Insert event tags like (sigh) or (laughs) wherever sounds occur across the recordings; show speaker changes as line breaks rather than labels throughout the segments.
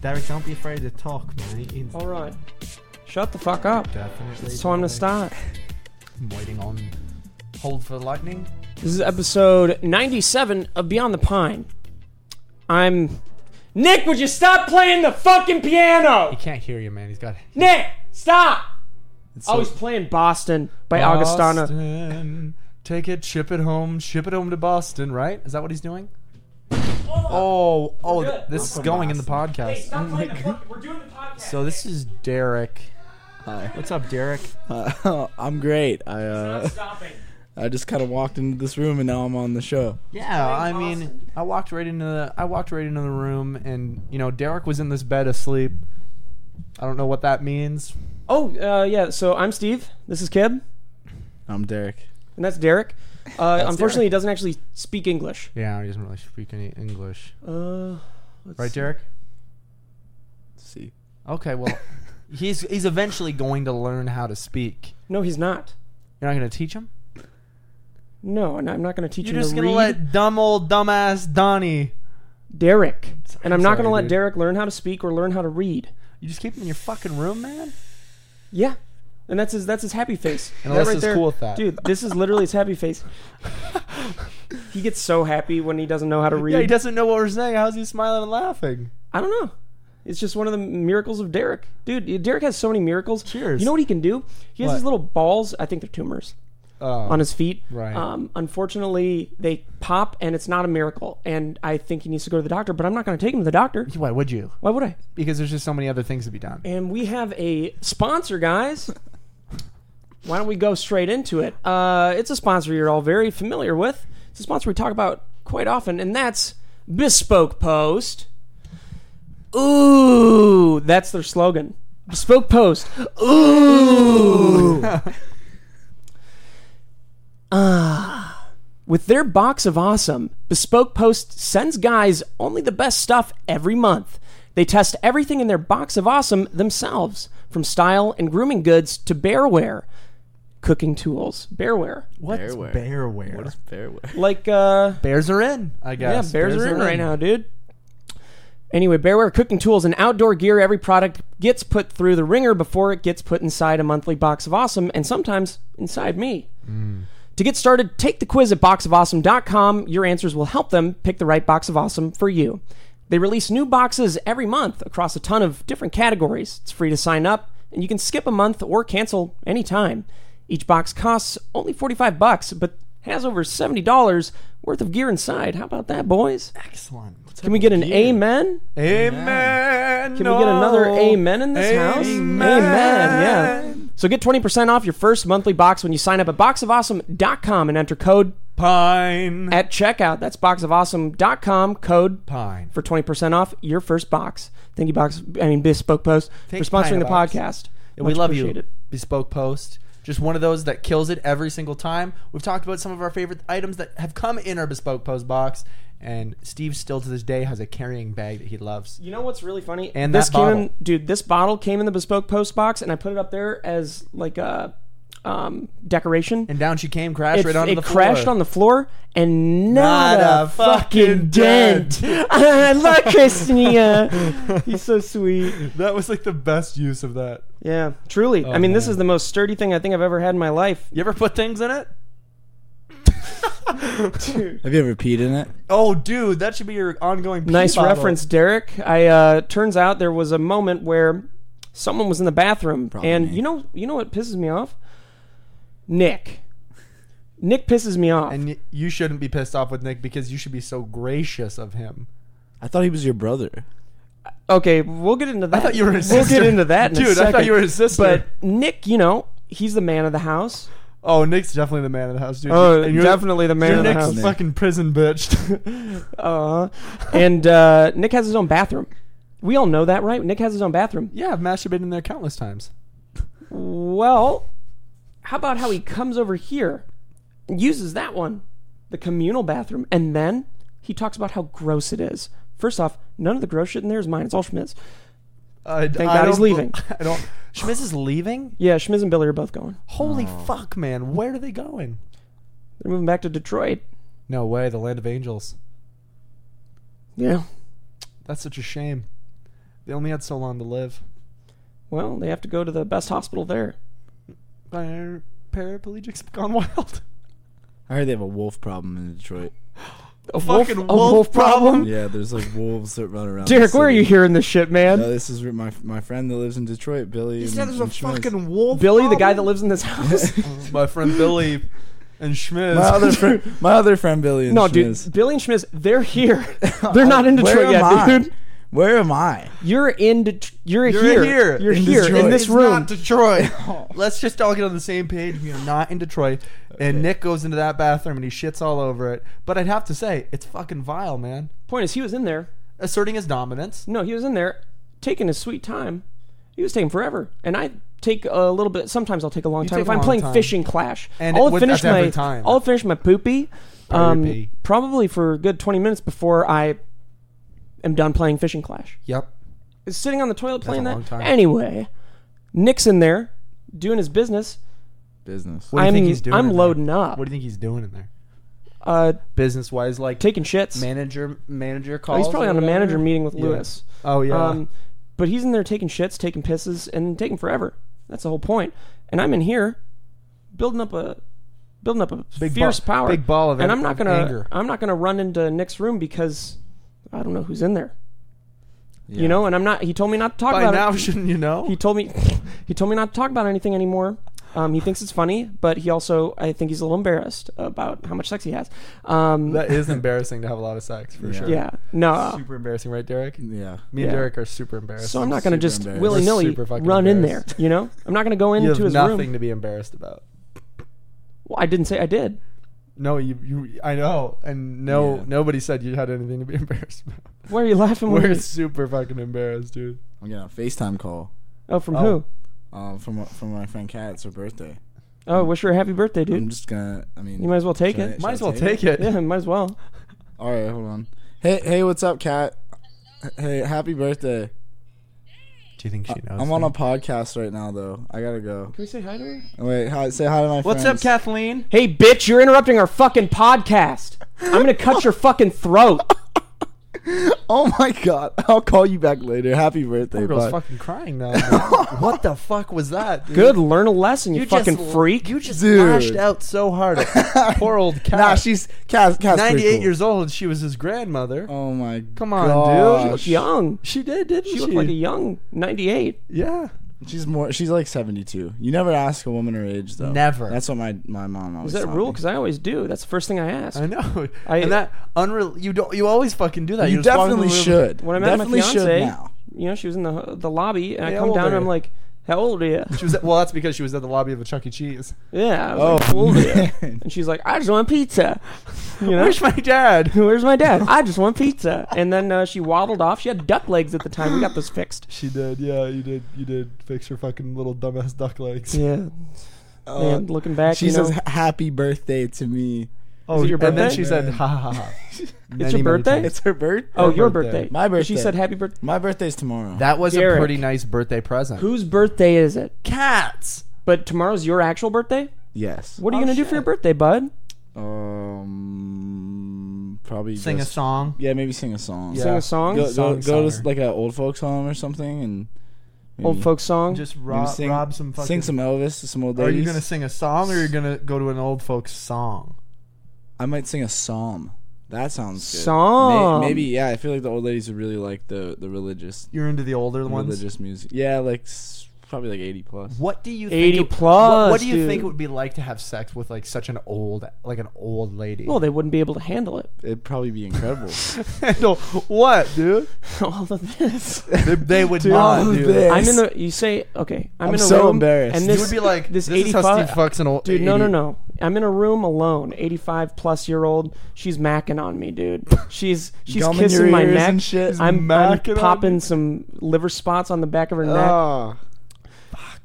Derek, don't be afraid to talk, mate. It's
All right. Shut the fuck up.
Definitely.
It's time to
Derek.
start.
I'm waiting on hold for lightning.
This is episode 97 of Beyond the Pine. I'm. Nick, would you stop playing the fucking
He
piano?
can't hear you, man. He's got.
Nick, stop!
It's
Oh, he's playing Boston Oh by Augustana.
Boston, Take it, ship it home, ship it home to Boston. Right? Is that what he's doing? Oh, oh,
We're good.
this is going in the podcast. Oh my God.
We're doing the podcast.
So this is Derek.
Hi.
What's up, Derek?
Uh, (laughs) I'm great. I uh, (laughs)
stopping.
I just kind of walked into this room and now I'm on the show.
Yeah, I
Boston.
mean, I walked right into the I walked right into the room, and you know, Derek was in this bed asleep. I don't know what that means.
Oh, uh, yeah. So I'm Steve. This is Kib.
I'm Derek.
And that's Derek. Uh, unfortunately, he doesn't actually speak English.
Yeah, he doesn't really speak any English,
Uh, let's
right,
see.
Derek?
Let's see.
Okay, (laughs) well, he's he's eventually going to learn how to speak.
No, he's not.
You're not going to teach him.
No, and I'm not going to teach
You're
him
just
to
going to
read
let dumb old dumbass Donnie.
Derek. And I'm not going to
sorry,
let
dude.
Derek learn how to speak or learn how to read.
You just keep him in your fucking room, man.
Yeah. And that's his that's his happy face.
And
That
Alyssa's cool with that.
Dude, this is literally his
(laughs)
happy face. he gets so happy when he doesn't know how to read.
Yeah, he doesn't know what we're saying. How's he smiling and laughing?
I don't know. It's just one of the miracles of Derek. Dude, Derek has so many miracles.
Cheers.
You know what he can do? He has
What?
these little balls, I think they're tumors,
Oh,
on his feet.
Right.
Um, unfortunately, they pop and it's not a miracle. And I think he needs to go to the doctor, but I'm not going to take him to the doctor.
(laughs) why would you?
Why would I?
Because there's just so many other things to be done.
And we have a sponsor, guys. Why don't we go straight into it? Uh, it's a sponsor you're all very familiar with. It's a sponsor we talk about quite often, and that's Bespoke Post. Ooh, that's their slogan. Bespoke Post. Ooh. Ah. with their box of awesome, Bespoke Post sends guys only the best stuff every month. They test everything in their box of awesome themselves, from style and grooming goods to bearware, cooking tools, bearware.
What's
Bearware.
bearware?
What is (laughs) fairware?
Like uh
Bears are in, I
yeah,
guess.
bears, are in right now, dude. Anyway, Bearware cooking tools and outdoor gear. Every product gets put through the ringer before it gets put inside a monthly box of awesome, and sometimes inside me. To get started, take the quiz at boxofawesome.com. Your answers will help them pick the right box of awesome for you. They release new boxes every month across a ton of different categories. It's free to sign up, and you can skip a month or cancel anytime. Each box costs only 45 bucks, but has over $70 worth of gear inside. How about that, boys?
Excellent.
Can we get an amen?
Amen.
Can we get another amen in this house? Amen. Yeah. So get 20% off your first monthly box when you sign up at boxofawesome.com and enter code
Pine.
at checkout. That's boxofawesome.com code
Pine.
for 20% off your first box. Thank you, Box. I mean, Bespoke Post
Thanks,
for sponsoring the
Pine-a-Box.
podcast.
Yeah,
Much
we love you.
appreciated.
Bespoke Post. Just one of those that kills it every single time. We've talked about some of our favorite items that have come in our Bespoke Post box, and Steve still to this day has a carrying bag that he loves.
You know what's really funny?
And
this
that
came in,
bottle.
dude. This bottle came in the Bespoke Post box, and I put it up there as like a um, decoration.
And down she came, crashed
it,
right onto
it
the floor.
crashed on the floor and not,
Not
a,
a
fucking
fucking
dent. (laughs) I love Christina. He's so sweet.
(laughs) That was like the best use of that.
Yeah, truly. I mean, this
Oh, man.
is the most sturdy thing I think I've ever had in my life.
You ever put things in it?
Have you ever peed in it?
Oh, dude, that should be your ongoing. pee
Nice
bottle.
reference, Derek. I uh, turns out there was a moment where someone was in the bathroom,
Probably
and
me.
you know, you know what pisses me off? Nick. Nick pisses me off.
And y- you shouldn't be pissed off with Nick because you should be so gracious of him.
I thought he was your brother.
Okay, we'll get into that.
thought you were his
We'll
sister.
get into that, in a
Dude, I thought
second.
you were his sister.
But Nick, you know, he's the man of the house.
Oh, Nick's definitely the man of the house, dude.
Oh,
And you're-
definitely the man
you're
of the
Nick's
house.
fucking prison bitch. (laughs)
Uh, and uh, Nick has his own bathroom. We all know that, right? Nick has his own bathroom.
yeah, I've masturbated in there countless times.
Well, how about how he comes over here and uses that one, the communal bathroom, and then he talks about how gross it is. First off, none of the gross shit in there is mine. It's all Schmidt's.
I, Thank
God he's leaving.
(laughs) I don't. (sighs) Schmitz is leaving.
Yeah, Schmidt's and Billy are both going.
Holy fuck, man! Where are they going?
They're moving back to Detroit.
No way, the land of angels.
Yeah.
That's such a shame. They only had so long to live.
Well, they have to go to the best hospital there.
Par- Paraplegics have gone (laughs) wild.
I heard they have a wolf problem in Detroit.
A
Fucking wolf problem?
Yeah, there's like wolves that run around.
Derek,
the
where are you
city.
hearing this shit, man?
No, this is re- my my friend that lives in Detroit, Billy.
He
and-
said there's a
and Schmitz.
fucking wolf.
Billy, the guy that lives in this
(laughs)
house.
My friend Billy (laughs) and Schmiz.
My other
(laughs)
friend, my other friend Billy. And
no,
Schmitz.
dude, Billy and Schmiz, they're
(laughs)
here. They're not in
Where
Detroit
am
yet,
I?
dude.
Where am I?
You're in. Det- you're,
You're
here.
here.
You're
In
here in
Detroit.
this
It's
room.
not
(laughs)
Detroit. Let's just all get on the same page. We are not in Detroit. And Nick goes into that bathroom and he shits all over it. But I'd have to say, it's fucking vile, man.
Point is, he was in there.
Asserting his dominance.
No, he was in there taking his sweet time. He was taking forever, and I take a little bit. Sometimes I'll take a long time
take
if
a
I'm
long
playing
time.
fishing clash.
And
I'll
it- with-
finish
that's every
my
time.
I'll finish my poopy, um,
Poopy.
probably for a good twenty minutes before I am done playing fishing clash.
Yep.
Is sitting on the toilet playing
a
that.
long time.
Anyway, Nick's in there doing his business.
Business.
What do you
I'm
think he's doing in
I'm
there?
loading up,
What do you think he's doing in there?
uh,
Business wise, like
taking shits.
manager manager
Oh,
calls.
he's probably
or
on a
whatever?
manager meeting with Lewis.
Oh yeah.
Um, but he's in there taking shits, taking pisses, and taking forever. That's the whole point. And I'm in here building up a building up a
Big
fierce
ball-
power,
big ball of
and
an-
I'm not
of
gonna
anger.
I'm not gonna run into Nick's room because I don't know who's in there.
Yeah.
You know, and I'm not. He told me not to talk
(laughs) By
about
now,
it.
shouldn't you know?
He told me (laughs) he told me not to talk about anything anymore. Um, he thinks it's funny, but he also I think he's a little embarrassed about how much sex he has. Um,
that is embarrassing to have a lot of sex for
Yeah.
sure.
yeah, no.
Super embarrassing, right, Derek?
Yeah.
Me and
Yeah.
Derek are super embarrassed.
So I'm not going to
super
just
embarrassed.
willy nilly
We're super fucking
run in there.
embarrassed.
You know, I'm not going to
(laughs)
go
you have
into his
nothing
room.
to be embarrassed about.
Well, I didn't say I did.
No, you, you I know, and no,
Yeah.
nobody said you had anything to be (laughs) embarrassed about.
Why are you
(laughs)
laughing?
We're
Where's
super fucking embarrassed, dude.
I'm getting a FaceTime call
oh from
Oh.
who?
um, from from my friend Kat. It's her birthday.
Oh, wish her a happy birthday,
I'm
Mm.
dude.
just gonna. I mean,
You might as well take
should I-
it.
should
Might
I
as well take it.
(laughs) Yeah, might as well.
All right, hold on. Hey, hey, what's up, Kat? H- Hey, happy birthday.
Do you think she knows?
I'm on a podcast right now, though. I gotta go.
Can we say hi to her?
Wait, hi, say hi to my
What's up,
friends.
Kathleen?
Hey, bitch! You're interrupting our fucking podcast. I'm gonna cut your fucking (laughs) throat.
Oh my god, (laughs) I'll call you back later. Happy birthday,
That girl's
bye.
fucking crying (laughs) now. dude. what the fuck was that? Dude?
Good, learn a lesson, you,
You just
fucking
l-
freak.
You just
Dude.
lashed out so hard. (laughs) at Poor old cat.
Nah, she's Kat. Kat's pretty
98
cool.
years old. She was his grandmother.
Oh my.
Come on,
gosh.
dude.
look young.
She did, didn't she?
She looked like a young 98.
yeah.
She's more. She's like 72. You never ask a woman her age, though.
Never.
That's what my my mom always.
Is that a
taught
rule?
me.
Because I always do. That's the first thing I ask.
I know.
I-
and that unreal. You don't. You always fucking do that.
You
You're just walking
definitely
in the room-
should.
when I met
definitely
my fiance,
should now.
you know, she was in the the lobby, and
Hey,
I
how
come
old
down
are
and I'm
you?
like, "How old are you?"
She was. At, well, that's because she was at the lobby of a Chuck E. Cheese.
Yeah. I was
Oh,
like, "How
(laughs)
old are you?"
(laughs) man.
And she's like, "I just want pizza." (laughs) You know,
Where's my dad?
where's
(laughs)
my dad? I just want pizza. And then uh, she waddled off. She had duck legs at the time. We got this fixed.
(gasps) She did. Yeah, you did. You did fix her fucking little dumbass duck legs.
Yeah.
Uh,
Man, looking back,
she
you know,
says happy birthday to me.
Oh,
it your
and then
birthday?
she said, "Ha ha ha, (laughs) ha."
it's your birthday.
It's her birthday.
oh,
her
your
birthday.
birthday.
My
But She
birthday.
said happy birthday.
My birthday's tomorrow.
That was
Derek.
a pretty nice birthday present.
Whose birthday is it?
Cats.
But tomorrow's your actual birthday.
yes.
What are you
Oh,
gonna do
shit.
for your birthday, bud?
Um, probably
Sing a
just-
song.
Yeah, maybe sing a song.
Yeah.
Sing a song,
Go, go,
Song
go
songer.
to like an old folks home or something, and maybe-
old folks song.
Just
maybe
rob,
sing,
rob some fucking.
sing some Elvis to some old
Are
ladies.
you gonna sing a song or you're gonna go to an old folks song?
I might sing a psalm. That sounds good.
Psalm.
May- maybe yeah. I feel like the old ladies would really like the the religious
You're into the older ones.
religious music. Yeah, like s- probably like eighty plus.
What do you
80
think it-
plus,
What, what do you think
dude.
it would be like to have sex with like such an old, like an old lady?
Well, (laughs) they wouldn't be able to handle it. (laughs)
It'd probably be
(laughs)
incredible.
handle what, dude?
All of this.
They, they would
Dude,
not,
all of
dude.
this.
I'm in the. You say okay. I'm,
I'm
in a
so
room,
embarrassed.
And
You
this
you would be like,
this,
this, is how
85
Steve fucks an old
Dude, no, no,
80.
no. I'm in a room alone, 85 plus year old. She's macking on me, dude. She's she's
Gum in
kissing
your
my
ears
neck.
and shit.
I'm, I'm
Macking on
popping
you. Oh,
some liver spots on the back of her neck.
Ah,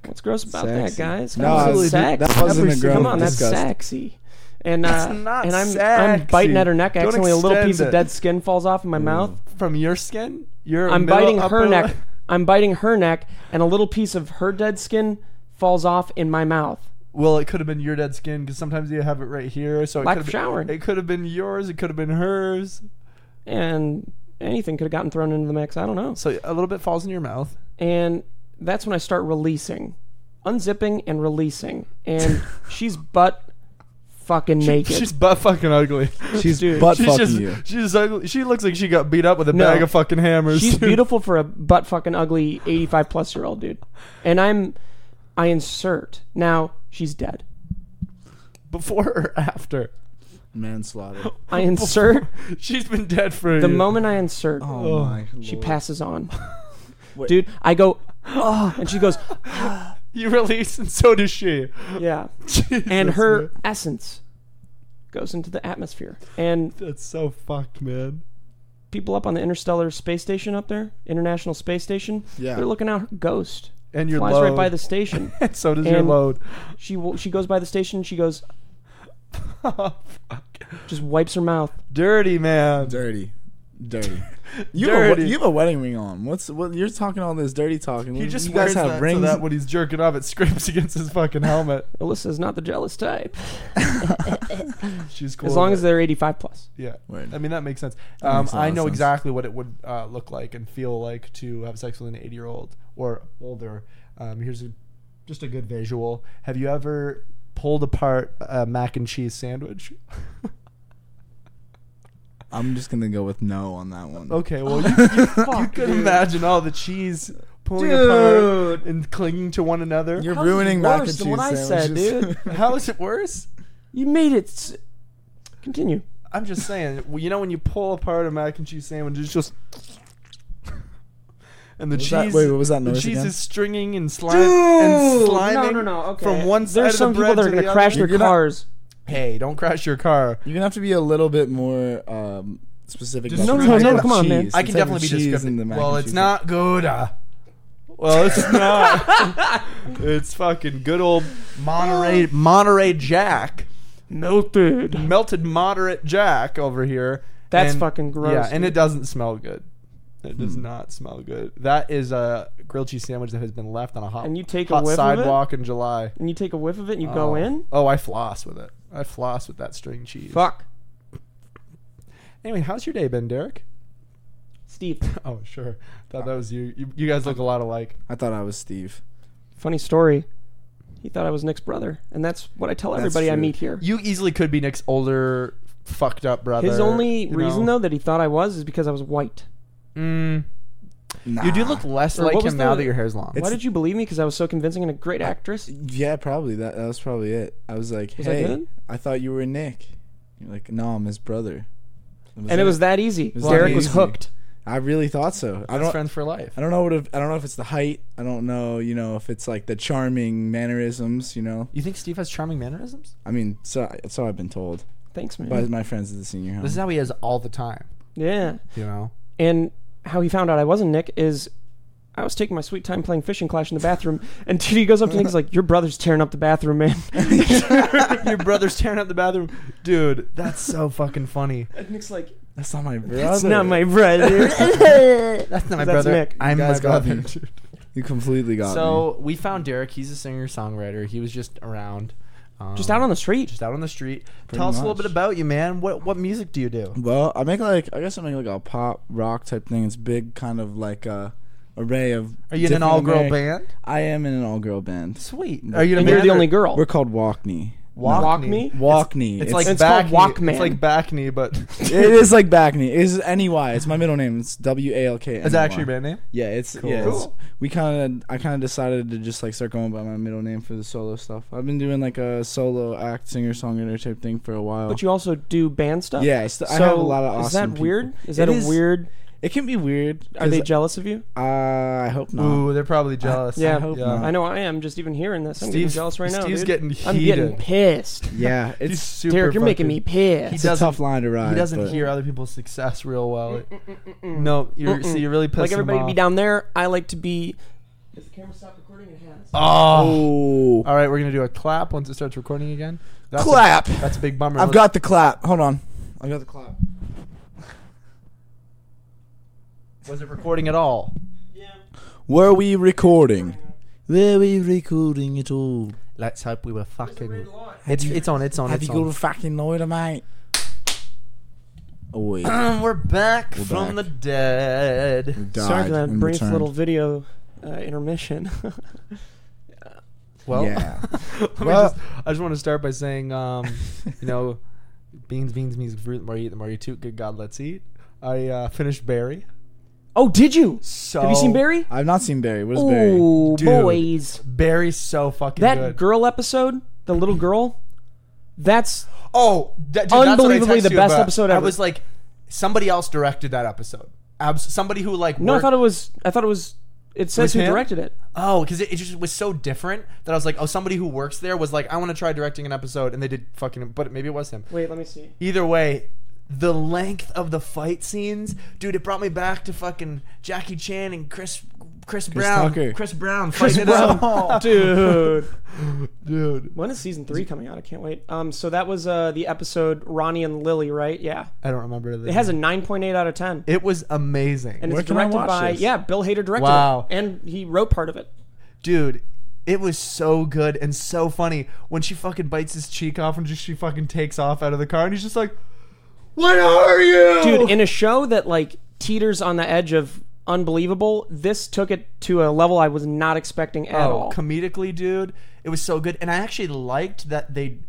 What's gross about that,
sexy.
guys?
No,
That
dude,
was
that
sexy.
wasn't a grown
Come on, that's
disgust.
sexy. And uh,
That's not
and I'm I'm biting
sexy.
at her neck.
Don't
Accidentally, a little
extend
piece of
it.
dead skin falls off in my mouth.
From your skin, you're.
I'm
middle,
biting
upper
her neck.
lip-
I'm biting her neck, and a little piece of her dead skin falls off in my mouth.
Well, it could have been your dead skin because sometimes you have it right here. So it
Lack
could
of
have
showering.
Been, it could have been yours. It could have been hers.
and anything could have gotten thrown into the mix. I don't know.
So a little bit falls in your mouth.
and that's when I start releasing, unzipping and releasing.
(laughs)
And she's butt fucking (laughs)
(laughs)
naked.
She's butt fucking ugly.
She's
Dude,
butt
She's
fucking
just
you.
she's ugly. She looks like she got beat up with a
No.
bag of fucking hammers.
She's
dude.
beautiful for a butt fucking ugly 85 plus year old dude. And I'm, I insert. Now she's dead.
(laughs) before or after. (gasps)
Manslaughter. (laughs)
I insert.
She's been dead for
the moment I insert,
Oh, my
she
lord.
passes on.
(laughs) Wait.
Dude, I
(gasps)
go, oh, and she goes,
you release, and so does she. (laughs)
(laughs)
yeah.
Jesus,
And her
man.
essence goes into the atmosphere. And
That's so fucked, man.
people up on the interstellar space station up there, International Space Station,
Yeah.
they're looking out her ghost.
And your
Flies
load.
right by the station. (laughs)
And (laughs) so does your
and-
load.
she w- she goes by the station. She goes, just wipes her mouth.
Dirty man.
Dirty.
(laughs)
Dirty. You, Have a,
Dirty.
we- you have a wedding ring on. What's what you're talking all this dirty talking?
He just
you
wears
guys have
that
rings.
so that when he's jerking off, it scrapes (laughs) against his fucking helmet.
Alyssa's not the jealous type.
She's cool.
As long
with
as
it.
they're 85 plus.
yeah.
Word.
I mean that makes sense.
That
Um,
makes a lot
I
of
know
sense.
exactly what it would uh, look like and feel like to have sex with an 80 year old or older. Um, here's a, just a good visual. Have you ever pulled apart a mac and cheese sandwich?
I'm just gonna go with no on that one.
Okay, well you, you, you
(laughs)
could imagine all the cheese pulling apart and clinging to one another.
You're
How's
ruining
it
mac and
worse
cheese
than what I said,
sandwiches.
dude?
How is it worse?
You made it. s- Continue.
I'm just saying, well, you know, when you pull apart a mac and cheese sandwich, it's just. (laughs) And the
What was
cheese,
that- wait, what was that
The
noise
cheese
again?
is stringing and slime and
Dude!
slimy
No, no, no, okay.
from one side
There's some
of the
people
bread
that are
to
going
the
to crash
other.
their
You're not-
cars.
Hey, don't crash your car.
(laughs) You're gonna have to be a little bit more um, specific.
Just
about
no,
the
no,
type
no,
of
come on, man.
cheese,
I
the
can
type of
definitely be
cheese
descriptive.
in the mac
well,
and
it's
cheese.
not good.
(laughs)
Uh, well, it's not. (laughs) it's fucking good old Monterey Monterey Jack,
Melted.
melted moderate Jack over here.
That's
And-
fucking gross.
Yeah, and
dude.
it doesn't smell good. It
Hmm.
does not smell good. That is a grilled cheese sandwich that has been left on a hot
And you take a
hot
whiff of it?
sidewalk in July.
And you take a whiff of it and you
Oh.
go in.
Oh, I floss with it. I floss with that string cheese.
Fuck.
Anyway, how's your day been, Derek? (laughs)
Steve.
Oh, sure. Thought that was you. You, you guys look a lot alike.
I thought I was Steve.
Funny story. He thought I was Nick's brother. And that's what I tell
That's
everybody I
true.
meet here.
You easily could be Nick's older, fucked up brother.
His only
you
reason,
know.
though, that he thought I was is because I was white.
Mm,
Nah.
you do look less
Or
like
what was
him now
the-
that your hair's long.
Why did you believe me? Because I was so convincing and a great actress.
Yeah, probably that. That was probably it. I was like,
Was that
hey,
good?
I thought you were Nick. You're like, no, I'm his brother.
and it was that easy.
was
Derek
that
was
easy.
hooked.
I really thought so. I don't.
friends for life.
I don't know what. If, I don't know if it's the height. I don't know. You know if it's like the charming mannerisms. You know.
You think Steve has charming mannerisms?
I mean, so so I've been told
Thanks, man.
by my friends at the senior home.
This is how he is all the time.
yeah.
You know.
And how he found out I wasn't Nick is I was taking my sweet time playing fishing clash in the bathroom, (laughs) and TD goes up to Nick. He's like, "Your brother's tearing up the bathroom, man."
(laughs) Your brother's tearing up the bathroom. Dude, that's so fucking funny.
And Nick's like,
That's not my brother.
"It's not my brother."
That's (laughs) not my
(laughs) That's
brother.
Nick.
I'm
You
my
guys got
brother.
me. You completely got me.
(laughs) So we found Derek. He's a singer songwriter. He was just around. Um,
Just out on the street.
just out on the street.
Pretty
Tell us a little
much.
bit about you, man. What what music do you do?
Well, I make like I guess I make like a pop rock type thing. It's big, kind of like a array of.
Are you in an all girl band?
I am in an all girl band.
Sweet.
No.
Are you in a
And
band
you're the
or-
only girl.
We're called Walkney.
Walk,
Walk
knee.
me.
Walkney.
It's, like
It's
back
called
knee.
Walkman.
It's like back knee, but
(laughs)
is
it is like Backney. It is N E Y. It's my middle name. It's W A L K. E
that actually your band name?
Yeah, it's
Cool.
yeah. it's-
Cool.
we kind of I kind of decided to just like start going by my middle name for the solo stuff. I've been doing like a solo act singer songwriter type thing for a while.
But you also do band
uh,
stuff.
yeah, I, st-
So
I have a lot of awesome.
is that
people.
weird? Is
It
that a
is-
weird?
It can be weird.
Are they
'cause,
jealous of you?
uh, I hope not.
Ooh, they're probably jealous.
yeah. I
hope
yeah.
not.
I know I am. Just even hearing this, I'm getting
Steve's-
jealous right now.
Steve's
dude.
getting
I'm getting
heated.
pissed.
(laughs) Yeah,
(laughs) He's
it's
super
Derek, you're making
fucking-
me pissed.
He
it's a
doesn't-
tough line to ride.
He doesn't
but-
hear other people's success real well.
Mm,
No, you're see, you're really pissing
like everybody
him
to
off.
be down there. I like to be. Does the camera stop recording? It has.
Oh.
Oh,
All right, we're gonna do a clap once it starts recording again. That's a-
clap!
that's a big bummer.
I've got the clap. Hold on, I got the clap.
Was it recording at all?
Were we recording? Were we recording at all?
Let's hope we were fucking.
Have
It's
you-
it's on. It's on.
Have
It's
you got
on.
a fucking lighter, mate?
Oh,
awake.
(clears throat) We're back
We're
from
back.
the dead.
Sorry for that brief little video uh, intermission.
Well,
yeah.
(laughs) let me
Well-
just, I just want to start by saying, um, you know, (laughs) beans, beans, beans, fruit, the more you eat, the more you toot. Good God, let's eat. I uh, finished Barry.
(laughs) oh, did (laughs) you?
So
Have you seen Barry?
(laughs) I've not seen Barry. What is Barry?
Oh,
Dude.
boys.
Barry's so fucking
That
good.
girl episode, the little girl, that's
Oh, that, dude, that's what
Unbelievably
I
the
texted you
best
about.
episode
I
ever.
was like, somebody else directed that episode. Abs- somebody who like
no. I
worked-
thought it was. I thought it was. It says
was
who
him?
directed it.
oh, because it, it just was so different that I was like, oh, somebody who works there was like, I want to try directing an episode, and they did fucking, but maybe it was him.
Wait, let
(laughs)
me see.
Either way, the length of the fight scenes, dude, it brought me back to fucking Jackie Chan and Chris Chris, Brown,
Tucker.
Chris Brown fighting it out. (laughs)
(laughs) Dude,
dude.
when is season three coming out? I can't wait. Um, so that was uh the episode Ronnie and Lily, right? Yeah,
I don't remember the
it has a nine point eight out of ten,
It was amazing,
and
Where
it's
can I
directed
watch
by
this?
yeah Bill Hader directed
Wow.
it, and he wrote part of it.
dude. It was so good and so funny when she fucking bites his cheek off and just she fucking takes off out of the car and he's just like, "What are you, (laughs)
Dude, in a show that like teeters on the edge of unbelievable, this took it to a level I was not expecting at
Oh,
all.
comedically, dude, it was so good, and I actually liked that they,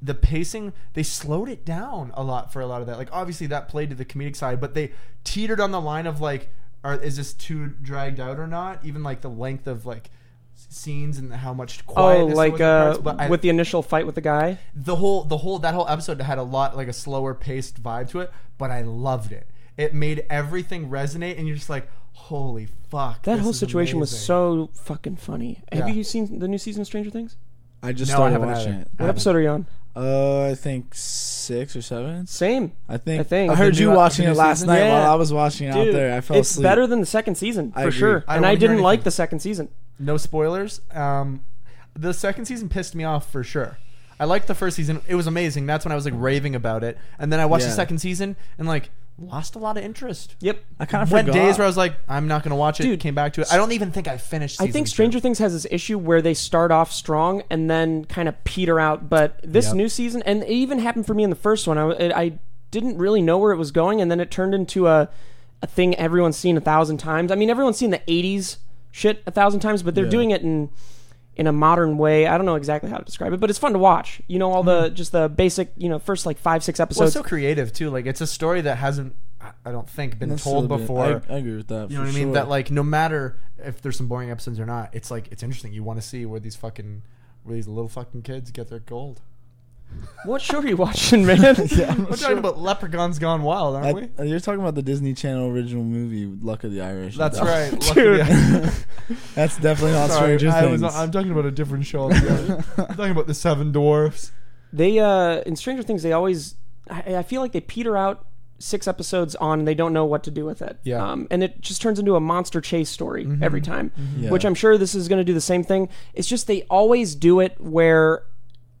the pacing, they slowed it down a lot for a lot of that. Like, obviously, that played to the comedic side, but they teetered on the line of like, are, is this too dragged out or not? Even like the length of like s- scenes and how much
Oh,
quietness there
like
was in
uh,
parts, but I-
with the initial fight with the guy.
the whole the whole that whole episode had a lot like a slower paced vibe to it, but I loved it. It made everything resonate, and you're just like, holy fuck!
That
this
whole
is
situation was
amazing.
so fucking funny. Have
Yeah.
you seen the new season of Stranger Things?
I just
No, I
started
haven't
watching
either.
it.
What episode are you on?
Uh, I think six or seven.
Same.
I think.
I think.
I heard
The
you
new-
watching
the new
it last
season?
night
Yeah.
while I was watching it out
Dude,
there. I fell
it's
asleep.
better than the second season
I
for
agree.
sure.
I
and
don't
I
hear
didn't like
anything.
the second season.
no spoilers. Um, the second season pissed me off for sure. I liked the first season; it was amazing. That's when I was like raving about it, and then I watched the
Yeah.
second season and like lost a lot of interest.
Yep.
I kind of
Went
forgot.
days where I was like, I'm not gonna watch it.
Dude.
came back to it. I don't even think I finished.
I
Season
think
two.
Stranger Things has this issue where they start off strong and then kind of peter out. But this
Yep.
new season, and it even happened for me in the first one. I, I didn't really know where it was going, and then it turned into a a thing everyone's seen a thousand times. I mean, everyone's seen the '80s shit a thousand times, but they're doing it in in a modern way. I don't know exactly how to describe it, but it's fun to watch. You know, all the just the basic, you know, first like five six
Well,
episodes.
it's Hmm. so creative too. Like it's a story that hasn't, I- I don't think, been
That's
told
a little bit-
before.
I, I agree with that.
you know what I mean? That like, no matter if there's some boring episodes or not, it's like it's interesting. You want to see where these fucking where these little fucking kids get their
(laughs)
gold.
what show are you watching,
(laughs)
man?
We're talking about Leprechauns Gone Wild, aren't we?
I, uh, you're talking about the Disney Channel original movie Luck of the
(laughs)
Irish.
That's
That-
right, Lucky
Dude.
Guy.
(laughs) That's definitely not Stranger
I
Things.
am talking about a different show.
(laughs)
altogether. I'm talking about the Seven Dwarfs.
They uh in Stranger Things they always I, I feel like they peter out six episodes on and they don't know what to do with it.
Yeah. Mm-hmm.
Um, and it just turns into a monster chase story every time,
Yeah.
which I'm sure this is going to do the same thing. It's just they always do it where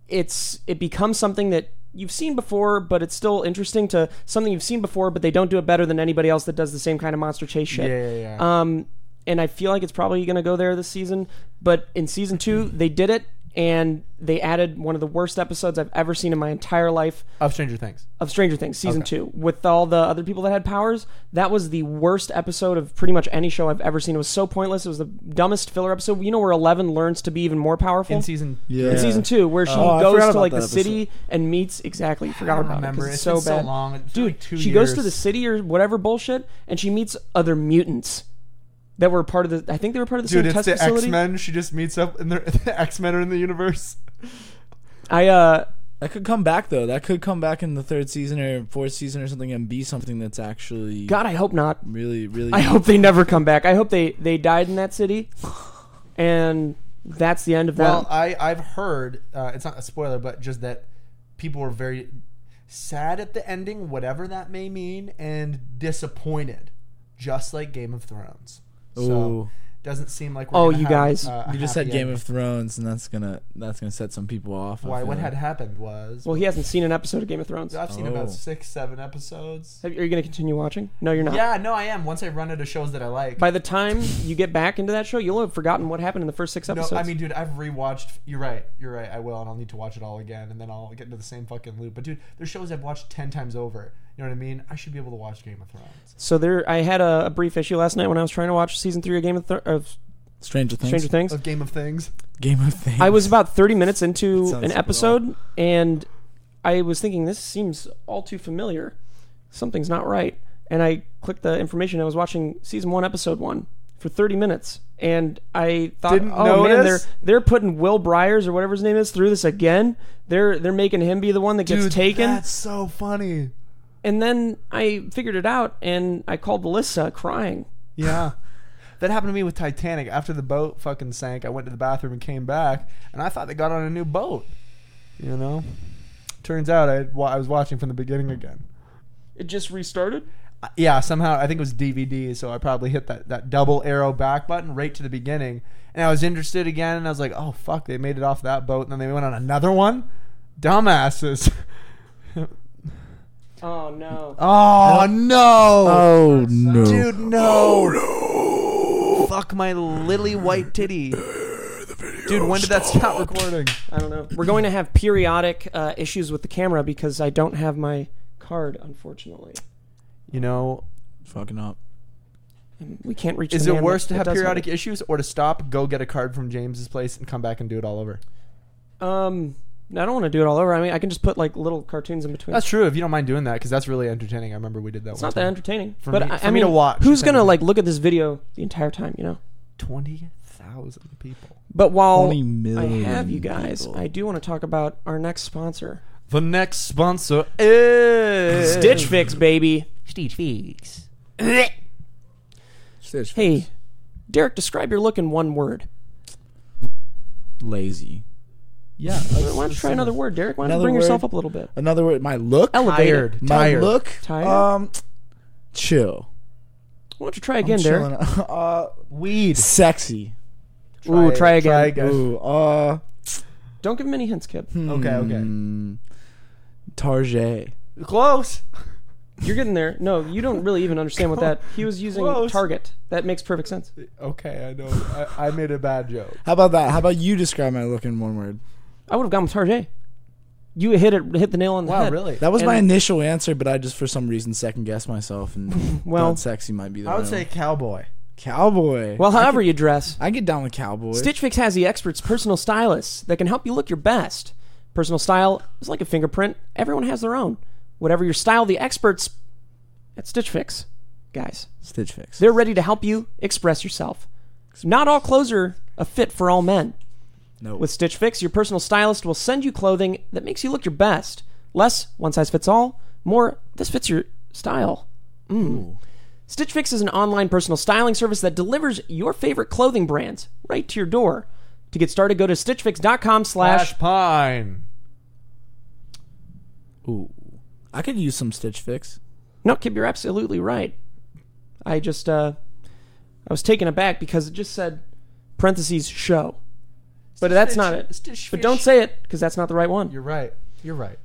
it's it becomes something that you've seen before, but it's still interesting to something you've seen before, but they don't do it better than anybody else that does the same kind of monster chase shit.
yeah.
Um, and I feel like it's probably going to go there this season. But in season two, they did it, and they added one of the worst episodes I've ever seen in my entire life
of Stranger Things.
of Stranger Things, season two, with all the other people that had powers. That was the worst episode of pretty much any show I've ever seen. It was so pointless. It was the dumbest filler episode. You know where Eleven learns to be even more powerful.
In season,
yeah.
In season two, where she
Oh, I forgot
goes to
about
like the
that
city and meets exactly forgot
I don't
about it 'cause
remember.
it's
It's
so
been so
bad.
long. It's been
Dude,
like two
she goes to
years.
the city or whatever bullshit, and she meets other mutants that were part of the. I think they were part of the
dude,
same
it's
test
the
facility.
X Men. She just meets up, and they're- the (laughs) X Men are in the universe.
I uh,
That could come back though. That could come back in the third season or fourth season or something and be something that's actually
God, I hope not.
really, really.
I hope they never come back. I hope they they died in that city, and that's the end of that.
Well, I I've heard uh, it's not a spoiler, but just that people were very sad at the ending, whatever that may mean, and disappointed, just like Game of Thrones. So
Ooh.
Doesn't seem like we're
Oh,
gonna
you
have,
guys.
uh, a
You just said
happy
Game
end.
of Thrones, and that's gonna that's gonna set some people off. I
Why?
feel
What
like.
had happened was
Well, he hasn't seen an episode of Game of Thrones.
I've seen about
Oh.
six, seven episodes.
Have, are you going to continue watching? No, you're not.
Yeah, no, I am. Once I run out of shows that I like.
By the time you get back into that show, you'll have forgotten what happened in the first six
no,
episodes.
I mean, dude, I've rewatched. You're right. You're right. I will, and I'll need to watch it all again, and then I'll get into the same fucking loop. But dude, there's shows I've watched ten times over. You know what I mean? I should be able to watch Game of Thrones.
so there, I had a, a brief issue last night when I was trying to watch season three of Game of, Thro- of
Stranger Things.
Stranger Things.
Of Game of Things.
Game of Things.
I was about 30 minutes into
Sounds
an
wrong.
episode and I was thinking this seems all too familiar. Something's not right. And I clicked the information. I was watching season 1 episode 1 for 30 minutes and I thought
Didn't
oh man they're
notice?
they're putting Will Briers or whatever his name is through this again. They're they're making him be the one that gets taken.
That's so funny.
And then I figured it out and I called Melissa crying.
(laughs) Yeah. That happened to me with Titanic. After the boat fucking sank, I went to the bathroom and came back, and I thought they got on a new boat. You know? Turns out I, wa- I was watching from the beginning again.
It just restarted.
Uh, Yeah, somehow, I think it was DVD, so I probably hit that, that double arrow back button right to the beginning. And I was interested again, and I was like, oh, fuck, they made it off that boat, and then they went on another one? Dumbasses. (laughs)
Oh no.
Oh, no.
Oh no!
Dude, no. Fuck my lily white titty. Dude, when did that stop recording?
I don't know. We're going to have periodic uh, issues with the camera because I don't have my card, unfortunately.
You know,
Fucking up.
We can't reach.
is
the
it
man
worse
that-
to
that
have
does
periodic
it.
issues or to stop, go get a card from James's place, and come back and do it all over?
Um, I don't want to do it all over. I mean, I can just put like little cartoons in between.
That's true if you don't mind doing that because that's really entertaining. I remember we did that.
it's
one
not that
time.
entertaining.
For
but
me-
I,
for
I
me
mean,
to watch
who's
is
gonna
entertaining.
like look at this video the entire time? You know.
Twenty thousand people.
But while
20
Oh, I
million
have you guys,
people.
I do want to talk about our next sponsor,
The next sponsor is
Stitch Fix, baby.
Stitch Fix.
Stitch
Hey, Derek, describe your look in one word.
lazy.
Yeah.
Why don't you try another word, Derek? Why don't you
Another
bring yourself
word.
up a little bit?
Another word. My look.
Elevate it.
Tired.
My
Tired.
look.
Tired?
Um, chill.
Why don't you try
I'm
again, Derek?
chilling. uh,
Weed.
sexy.
Ooh, try again.
Ooh. Uh.
Don't give him any hints, kid.
Okay, okay.
hmm, Target.
Close.
You're getting there. No, you don't really even understand
(laughs)
what that. He was using
Close.
Target. That makes perfect sense.
Okay, I know. I, I made a bad joke.
How about that? How about you describe my look in one word?
I would have gone with Target. You hit it, hit the nail on the
Wow,
head.
really?
That was my
And-
initial answer, but I just for some reason second guessed myself and
(laughs) Well-
thought sexy might be the.
I would
right
say
one.
cowboy.
cowboy.
Well, however you dress,
I get down with cowboy.
Stitch Fix has the expert's personal stylist that can help you look your best. Personal style is like a fingerprint. Everyone has their own. Whatever your style, the experts at Stitch Fix, guys,
Stitch Fix.
they're ready to help you express yourself. Not all clothes are a fit for all men.
No.
With Stitch Fix, your personal stylist will send you clothing that makes you look your best. Less one size fits all, more this fits your style. Mm.
Ooh.
Stitch Fix is an online personal styling service that delivers your favorite clothing brands right to your door. To get started, go to stitchfix.com slash
Ash Pine.
Ooh. I could use some Stitch Fix.
No, Kib, you're absolutely right. I just uh I was taken aback because it just said parentheses show. But that's not it.
Stitch
But don't say it because that's not the right one.
You're right. You're right.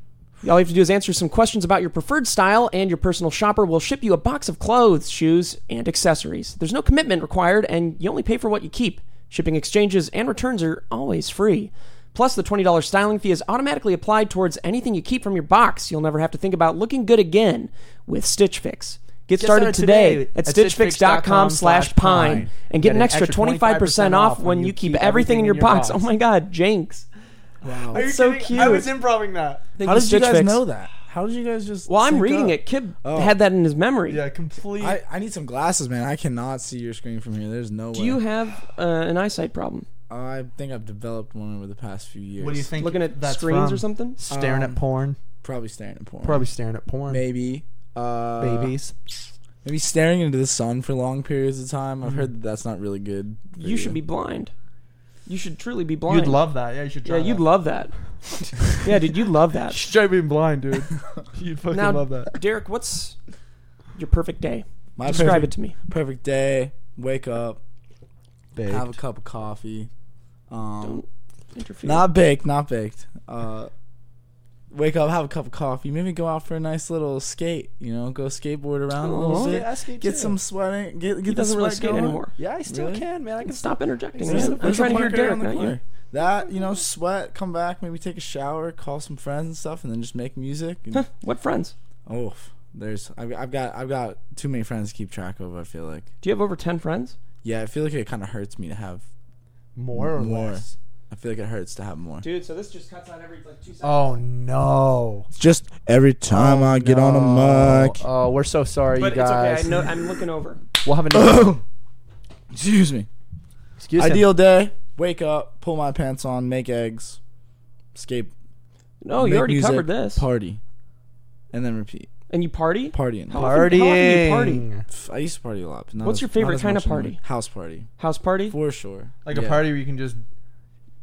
All you have to do is answer some questions about your preferred style, and your personal shopper will ship you a box of clothes, shoes, and accessories. There's no commitment required, and you only pay for what you keep. Shipping exchanges and returns are always free. Plus, the $20 styling fee is automatically applied towards anything you keep from your box. You'll never have to think about looking good again with Stitch Fix. Get started today, at stitchfix.com slash pine and get an extra 25% off when you keep everything in your box. Oh my god, jinx.
Wow.
Are you
so
kidding? I
cute.
was improving that.
How did you guys know that? How did you guys just?
Well, I'm
sync
reading
up?
it. Kib
Oh.
had that in his memory.
Yeah, complete.
I, I need some glasses, man. I cannot see your screen from here. There's no
Do
way.
you have uh, an eyesight problem?
I think I've developed one over the past few years.
what do you think?
Looking at
that's
screens
from?
or something?
Staring
Um,
at porn.
Probably staring at porn.
Probably staring at porn.
Maybe. Uh,
Babies.
Maybe staring into the sun for long periods of time. I've heard that that's not really good. for
Mm-hmm. You should be blind. You should truly be blind.
You'd love that. Yeah, you should.
Yeah,
Try
you'd
that.
love that. yeah, dude, you'd love that.
Should try being blind, (laughs) dude. You'd fucking
Now-
love that.
Derek, what's your perfect day?
My
Describe
perfect,
it to me.
Perfect day. Wake up.
Baked.
Have a cup of coffee. Um,
Don't interfere.
not baked, not baked. Uh, wake up, have a cup of coffee. Maybe go out for a nice little skate. You know, go skateboard around a little
Oh,
bit.
I skate
Get
too.
some sweating. Get get
he
the
doesn't really
sweat
skate
going.
anymore.
Yeah, I still
Really?
can, man. I
I
can
can
stop.
stop interjecting.
There's a-
man. I'm
there's a
trying to hear
park around
Derek,
the
not you.
corner. That you know, sweat. Come back. Maybe take a shower. Call some friends and stuff, and then just make music. and-
Huh, (laughs) what friends?
oh, there's I've, I've got I've got too many friends to keep track of. I feel like
Do you have over ten friends?
yeah, I feel like it kind of hurts me to have
More or
More.
less.
I feel like it hurts to have more.
Dude, so this just cuts out every like two seconds.
Oh no!
Just every time I get on a mic.
Oh, we're so sorry,
but
you guys.
it's okay. I know. I'm looking over.
We'll have
(coughs)
another.
Oh. Excuse me.
Excuse me.
Ideal day. Wake up, pull my pants on, make eggs, escape.
No, Oh, you
make
already
music,
covered this.
Party, and then repeat.
and you party?
Partying.
How- often do you
Partying.
party?
Pff, I used to party a lot. But not
What's
as-
your favorite
not as
kind of
much anymore.
party?
House party,
House party?
for sure.
Like a
Yeah.
party where you can just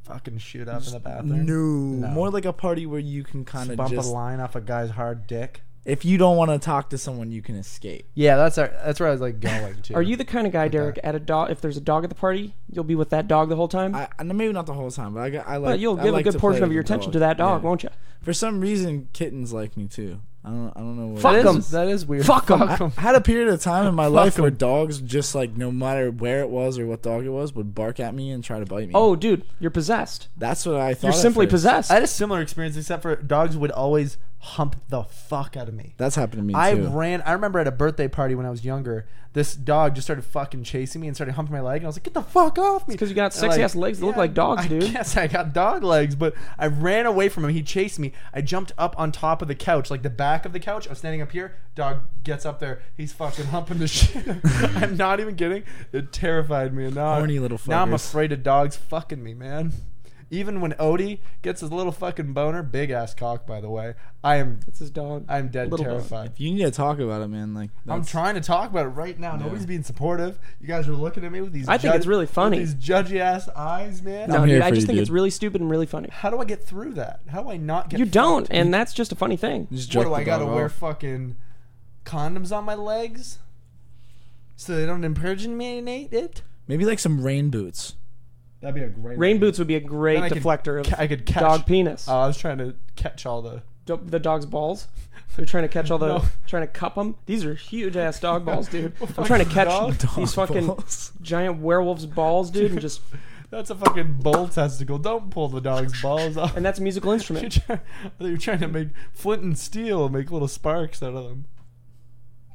fucking shoot up in the bathroom.
No.
No.
more like a party where you can kind of
Bump
just.
a line off a guy's hard dick.
If you don't want to talk to someone, you can escape.
Yeah, that's our, that's where I was like
(laughs)
going to.
Are you the kind of guy, Derek? At a dog, if there's a dog at the party, you'll be with that dog the whole time.
I, I maybe not the whole time, but I, got- I like.
but you'll
I
give
like
a
to
good portion
play
of your
with the
attention to that dog,
Yeah.
won't you?
For some reason, kittens like me too. I don't. I don't know. What
Fuck
it is.
'em.
That is weird.
Fuck 'em.
Fuck 'em.
I had a period of time in my life
'em.
where dogs just like no matter where it was or what dog it was would bark at me and try to bite me.
Oh, dude, you're possessed.
that's what I thought.
You're
at
simply
first.
possessed.
I had a similar experience, except for dogs would always hump the fuck out of me.
That's happened to me
I
too.
ran. I remember at a birthday party when I was younger, this dog just started fucking chasing me and started humping my leg, and I was like, "Get the fuck off me!"
'cause you got
And,
sexy ass legs that look like dogs,
I
dude.
guess I got dog legs, but I ran away from him. He chased me. I jumped up on top of the couch, like the back of the couch. I was standing up here. Dog gets up there. He's fucking humping the (laughs)
(laughs)
shit. I'm not even kidding. It terrified me. And now,
Horny little
now I'm
fuckers.
afraid of dogs fucking me, man. Even when Odie gets his little fucking boner, big ass cock, by the way, I am
It's his dog.
I'm dead
Little dog.
terrified.
If you need to talk about it, man, like
I'm
that's-
trying to talk about it right now. Nobody's being supportive. You guys are looking at me with these.
I think
judge-
it's really
with
funny.
These judgy ass eyes, man.
no,
I'm
dude,
here
I
for
just
you,
think it's
dude.
really stupid and really funny.
How do I get through that? How do I not get?
You
fucked?
don't, and that's just a funny thing.
Just
What
jerk
do
the
I gotta
dog
wear?
off.
Fucking condoms on my legs, so they don't impregnate it.
Maybe like some rain boots. (laughs)
That'd be a great
Rain boots would be a great
Then I could
deflector of
ca- I could catch
dog penis.
Oh, I was trying to catch all the.
Do- the dog's balls. They're trying to catch all the,
No.
trying to cup them. These are huge ass dog balls,
(laughs)
dude. I'm trying to catch
Dog-
these
Dog
fucking
balls.
giant werewolves balls, dude, and just
That's a fucking bull testicle. Don't pull the dog's balls
(laughs)
off.
and that's a musical
You're,
instrument.
try- (laughs) you're trying to make flint and steel make little sparks out of them.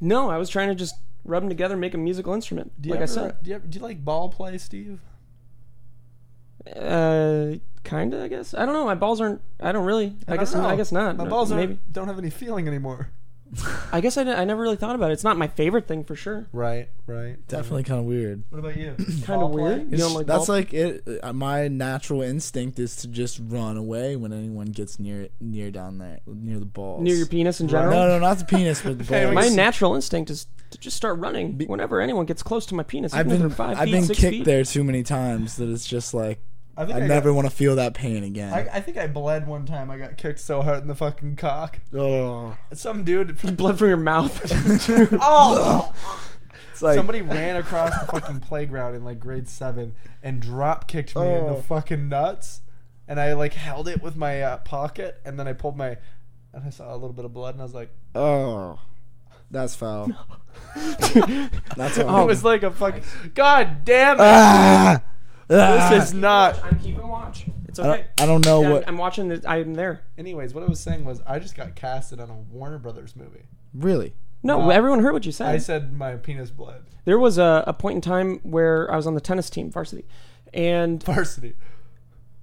No, I was trying to just rub them together, and make a musical instrument.
Do you
like I
ever-
said,
do you, ever- do you like ball play, Steve?
uh, kinda, I guess. I don't know. My balls aren't. I don't really. I,
don't
guess.
know.
I guess not.
My
No,
balls
maybe.
aren't, don't have any feeling anymore.
I guess I, didn't- I never really thought about it. It's not my favorite thing for sure.
Right, right.
Definitely kind of weird.
What about
(clears throat)
you?
Kind of weird. You don't like
that's
ball-
like it. uh, My natural instinct is to just run away when anyone gets near near down there near the balls.
near your penis in general.
No, no, not the penis,
(laughs)
but the
Hey,
balls.
we
My
Yes.
natural instinct is to just start running whenever anyone gets close to my penis.
I've
even if
been
they're five
I've
feet,
been
six
kicked
feet.
there too many times that it's just like
I
I,
think I,
never want to feel that pain again.
Got, I, I think I bled one time. I got kicked so hard in the fucking cock.
oh,
Some dude.
(laughs) (laughs) Blood from your
(laughs)
mouth.
Oh!
it's like
Somebody ran across the fucking playground in like grade seven and drop kicked me in the
Oh.
fucking nuts, and I like held it with my uh, pocket, and then I pulled my, and I saw a little bit of blood, and I was like,
oh, that's foul. (laughs) that's what
Oh.
it was like a fucking, god damn it,
ah, ah.
this is not.
I'm keeping watch. It's
I don't,
okay.
I don't know
Yeah,
what
I'm watching. The, I'm there.
Anyways, what I was saying was I just got casted on a Warner Brothers movie.
really.
No,
Wow.
everyone heard what you said.
I said my penis bled.
there was a, a point in time where I was on the tennis team, varsity, and
(laughs) Varsity.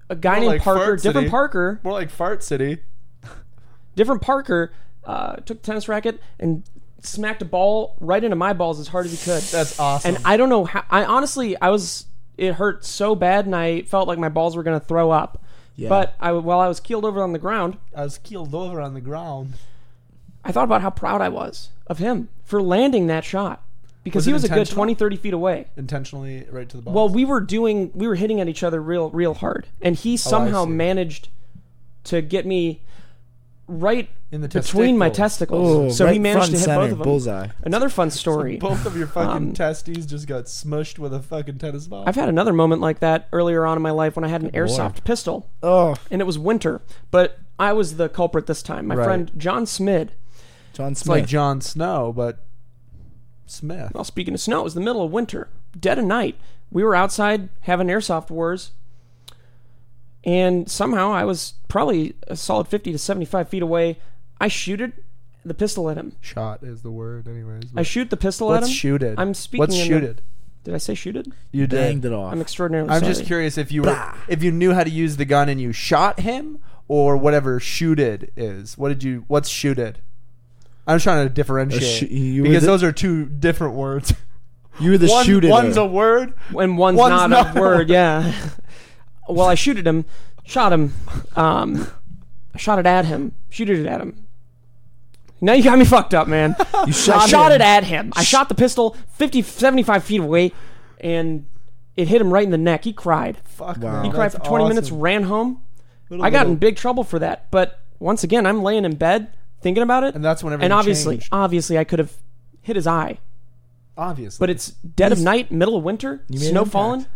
a guy
More
named
like
Parker,
Fart City.
different Parker,
More like Fart City.
different Parker, uh, took the tennis racket and smacked a ball right into my balls as hard as he could.
That's awesome.
And I don't know how. I honestly, I was. It hurt so bad, and I felt like my balls were gonna throw up.
Yeah.
But I, while I was keeled over on the ground,
I was keeled over on the ground.
I thought about how proud I was of him for landing that shot because
Was
he
it
was a good
intentional?
20, 30 feet away.
Intentionally right to the ball.
Well, we were doing, we were hitting at each other real, real hard, and he somehow
see.
managed to get me. right
In the
between my
Oh,
testicles. so he managed to hit both of them.
Bullseye.
Another fun
So
story.
both of your fucking
Um,
testes just got smushed with a fucking tennis ball.
I've had another moment like that earlier on in my life when I had an airsoft
lord.
pistol
Oh,
and it was winter, but I was the culprit this time. My
Right.
friend John Smid.
John
it's like
Smith.
John Snow, but Smith.
Well, speaking of snow, it was the middle of winter, dead of night. We were outside having airsoft wars, and somehow I was probably a solid 50 to 75 feet away. I shooted the pistol at him.
Shot is the word, anyways.
I shoot the pistol
What's
at him.
shooted?
I'm speaking
What's
in the-
shooted?
Did I say shooted?
You
Banged
did.
it off.
I'm extraordinarily
I'm
sorry.
just curious if you were, if you knew how to use the gun and you shot him or whatever shooted is. What did you? What's shooted? I'm trying to differentiate
shoo- you were
because
the-
those are two different
(laughs)
words.
you were the
One-
shooter.
One's a word.
And one's,
One's
not,
not
a word, yeah. (laughs) well, I shooted him, shot him, um, I shot it at him, shooted it at him. Now you got me fucked up, man.
you
I
shot,
shot
him.
it at him. I shot the pistol 50, 75 feet away, and it hit him right in the neck. He cried.
Fuck.
Wow.
man,
He
He cried
that's
for 20 minutes,
awesome.
ran home.
Little-
I got in
little-
big trouble for that. But once again, I'm laying in bed thinking about it.
and
And,
that's whenever.
obviously,
changed.
obviously, I could have hit his eye.
obviously,
But it's dead of night, middle of winter,
made an
snow falling.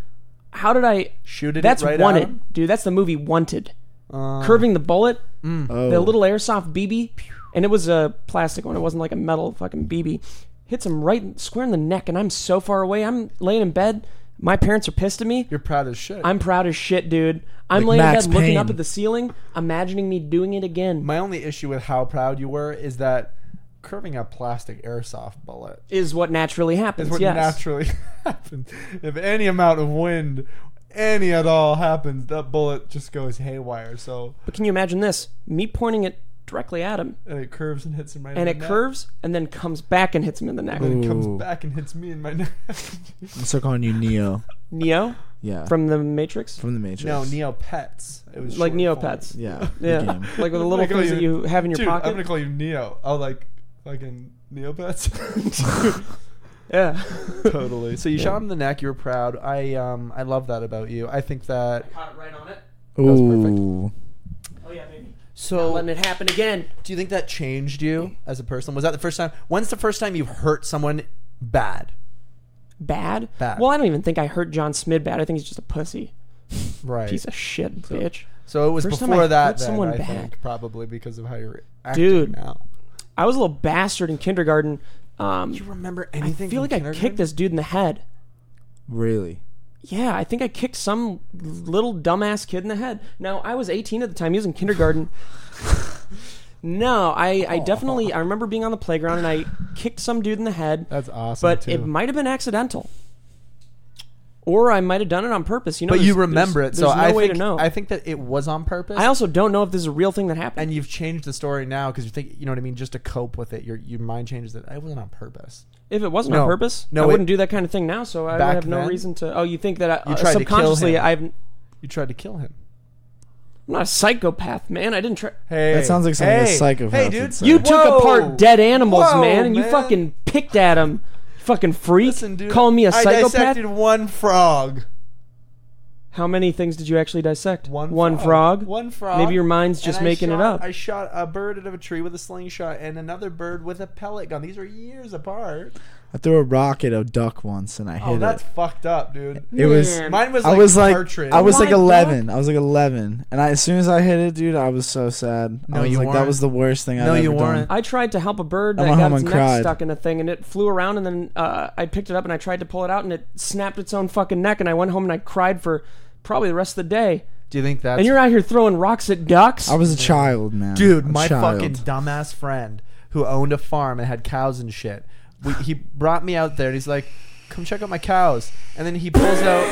How did I.
shooted.
That's
it right
Wanted,
At him.
dude. That's the movie Wanted.
Uh,
Curving the bullet,
Oh.
the little airsoft BB, and it was a plastic one. It wasn't like a metal fucking BB. Hits him right square in the neck, and I'm so far away. I'm laying in bed. My parents are pissed at me.
You're proud as shit.
I'm proud as shit, dude. I'm
Like
laying in
Max
bed looking
Payne.
up at the ceiling, imagining me doing it again.
My only issue with how proud you were is that curving a plastic airsoft bullet
is what naturally
is
happens.
what
yes.
naturally (laughs) happens. If any amount of wind, any at all happens, that bullet just goes haywire. So
but can you imagine this? Me pointing it directly at him,
and it curves and hits him right.
and
in
it
the
curves, and then comes back and hits him in the neck.
Neck. And it
Ooh.
comes back and hits me in my (laughs) neck.
I'm still calling you Neo.
Neo
Yeah.
from
From,
the Matrix,
the Matrix.
no, Neopets. It was
like
short
Neopets.
Yeah. the
Yeah, like
game.
with the
I'm
little
gonna call
things that
you-
you have
form.
in your
Dude,
pocket.
I'm gonna call you Neo. Oh, like fucking Neopets.
Yeah.
totally. (laughs) So you shot him in the neck. You were proud. I um I love that about you. I think that.
Caught it right on it.
was perfect.
Ooh.
Oh yeah, baby.
So
Letting it happen again.
Do you think that changed you as a person? Was that the first time? When's the first time you've hurt someone bad?
Bad.
Bad.
Well, I don't even think I hurt John Smid bad. I think he's just a pussy.
Right.
Piece of shit, bitch.
So it was
First time I
before
hurt
that. Then,
someone
I
bad.
think probably because of how you're acting
Dude.
now.
I was a little bastard in kindergarten. Um,
Do you remember
I
anything?
feel
from
like I kicked
kindergarten?
this dude in the head.
Really?
Yeah, I think I kicked some little dumbass kid in the head. Now I was 18 at the time. He was in
(laughs)
kindergarten. no, I, I definitely I remember being on the playground and I kicked some dude in the head.
That's awesome.
but
too.
it might have been accidental, or I might have done it on purpose. You know,
but you
there's-
remember it,
there's-
so
there's no
I
way
think
to know.
I think that it was on purpose.
I also don't know if this is a real thing that happened.
and you've changed the story now because you think you know what I mean, just to cope with it. Your your mind changes it. It wasn't on purpose.
if it wasn't
No.
on purpose,
No,
I
it-
wouldn't do that kind of thing now. So I would
Back
have no
then,
reason to. Oh, you think that I,
you
uh,
tried to kill
subconsciously
him.
I'm, I'm
You tried to kill him.
not a psychopath, man. I didn't try.
Hey,
That sounds like something a
hey,
psychopath
Hey,
would
dude,
say.
You
Whoa.
took apart dead animals,
Whoa,
man, and you
man.
fucking picked at him. Fucking freak.
Listen, dude,
Calling me a
I
psychopath.
dissected one frog.
How many things did you actually dissect?
One
frog.
frog. One frog.
Maybe your mind's
And
just
I
making
shot-
it up.
I shot a bird out of a tree with a slingshot and another bird with a pellet gun. These are years apart.
I threw a rock at a duck once and I hit
Oh, that's
it.
fucked up, dude.
It was.
Man.
Mine was
I
like
was like,
cartridge.
I was like
Why duck?
11. I was like 11, and I, as soon as I hit it, dude, I was so sad. I
No,
was
you
like, That
weren't.
was the worst thing.
No,
I've
you
ever
weren't.
Done.
I tried to help a bird
I
that
went
got
home
its
and
neck
cried.
stuck in a thing, and it flew around, and then uh, I picked it up and I tried to pull it out, and it snapped its own fucking neck, and I went home and I cried for probably the rest of the day.
Do you think that's
And you're out here throwing rocks at ducks.
I was a child, man.
Dude,
A
my
child.
fucking dumbass friend who owned a farm and had cows and shit. We, he brought me out there and he's like, "Come check out my cows." And then he pulls out
(laughs)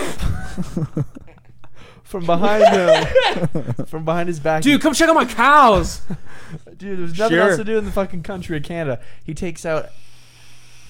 from behind him, from behind his back.
Dude, come check out my
(laughs)
cows.
Dude, there's nothing
Sure.
else to do in the fucking country of Canada. He takes out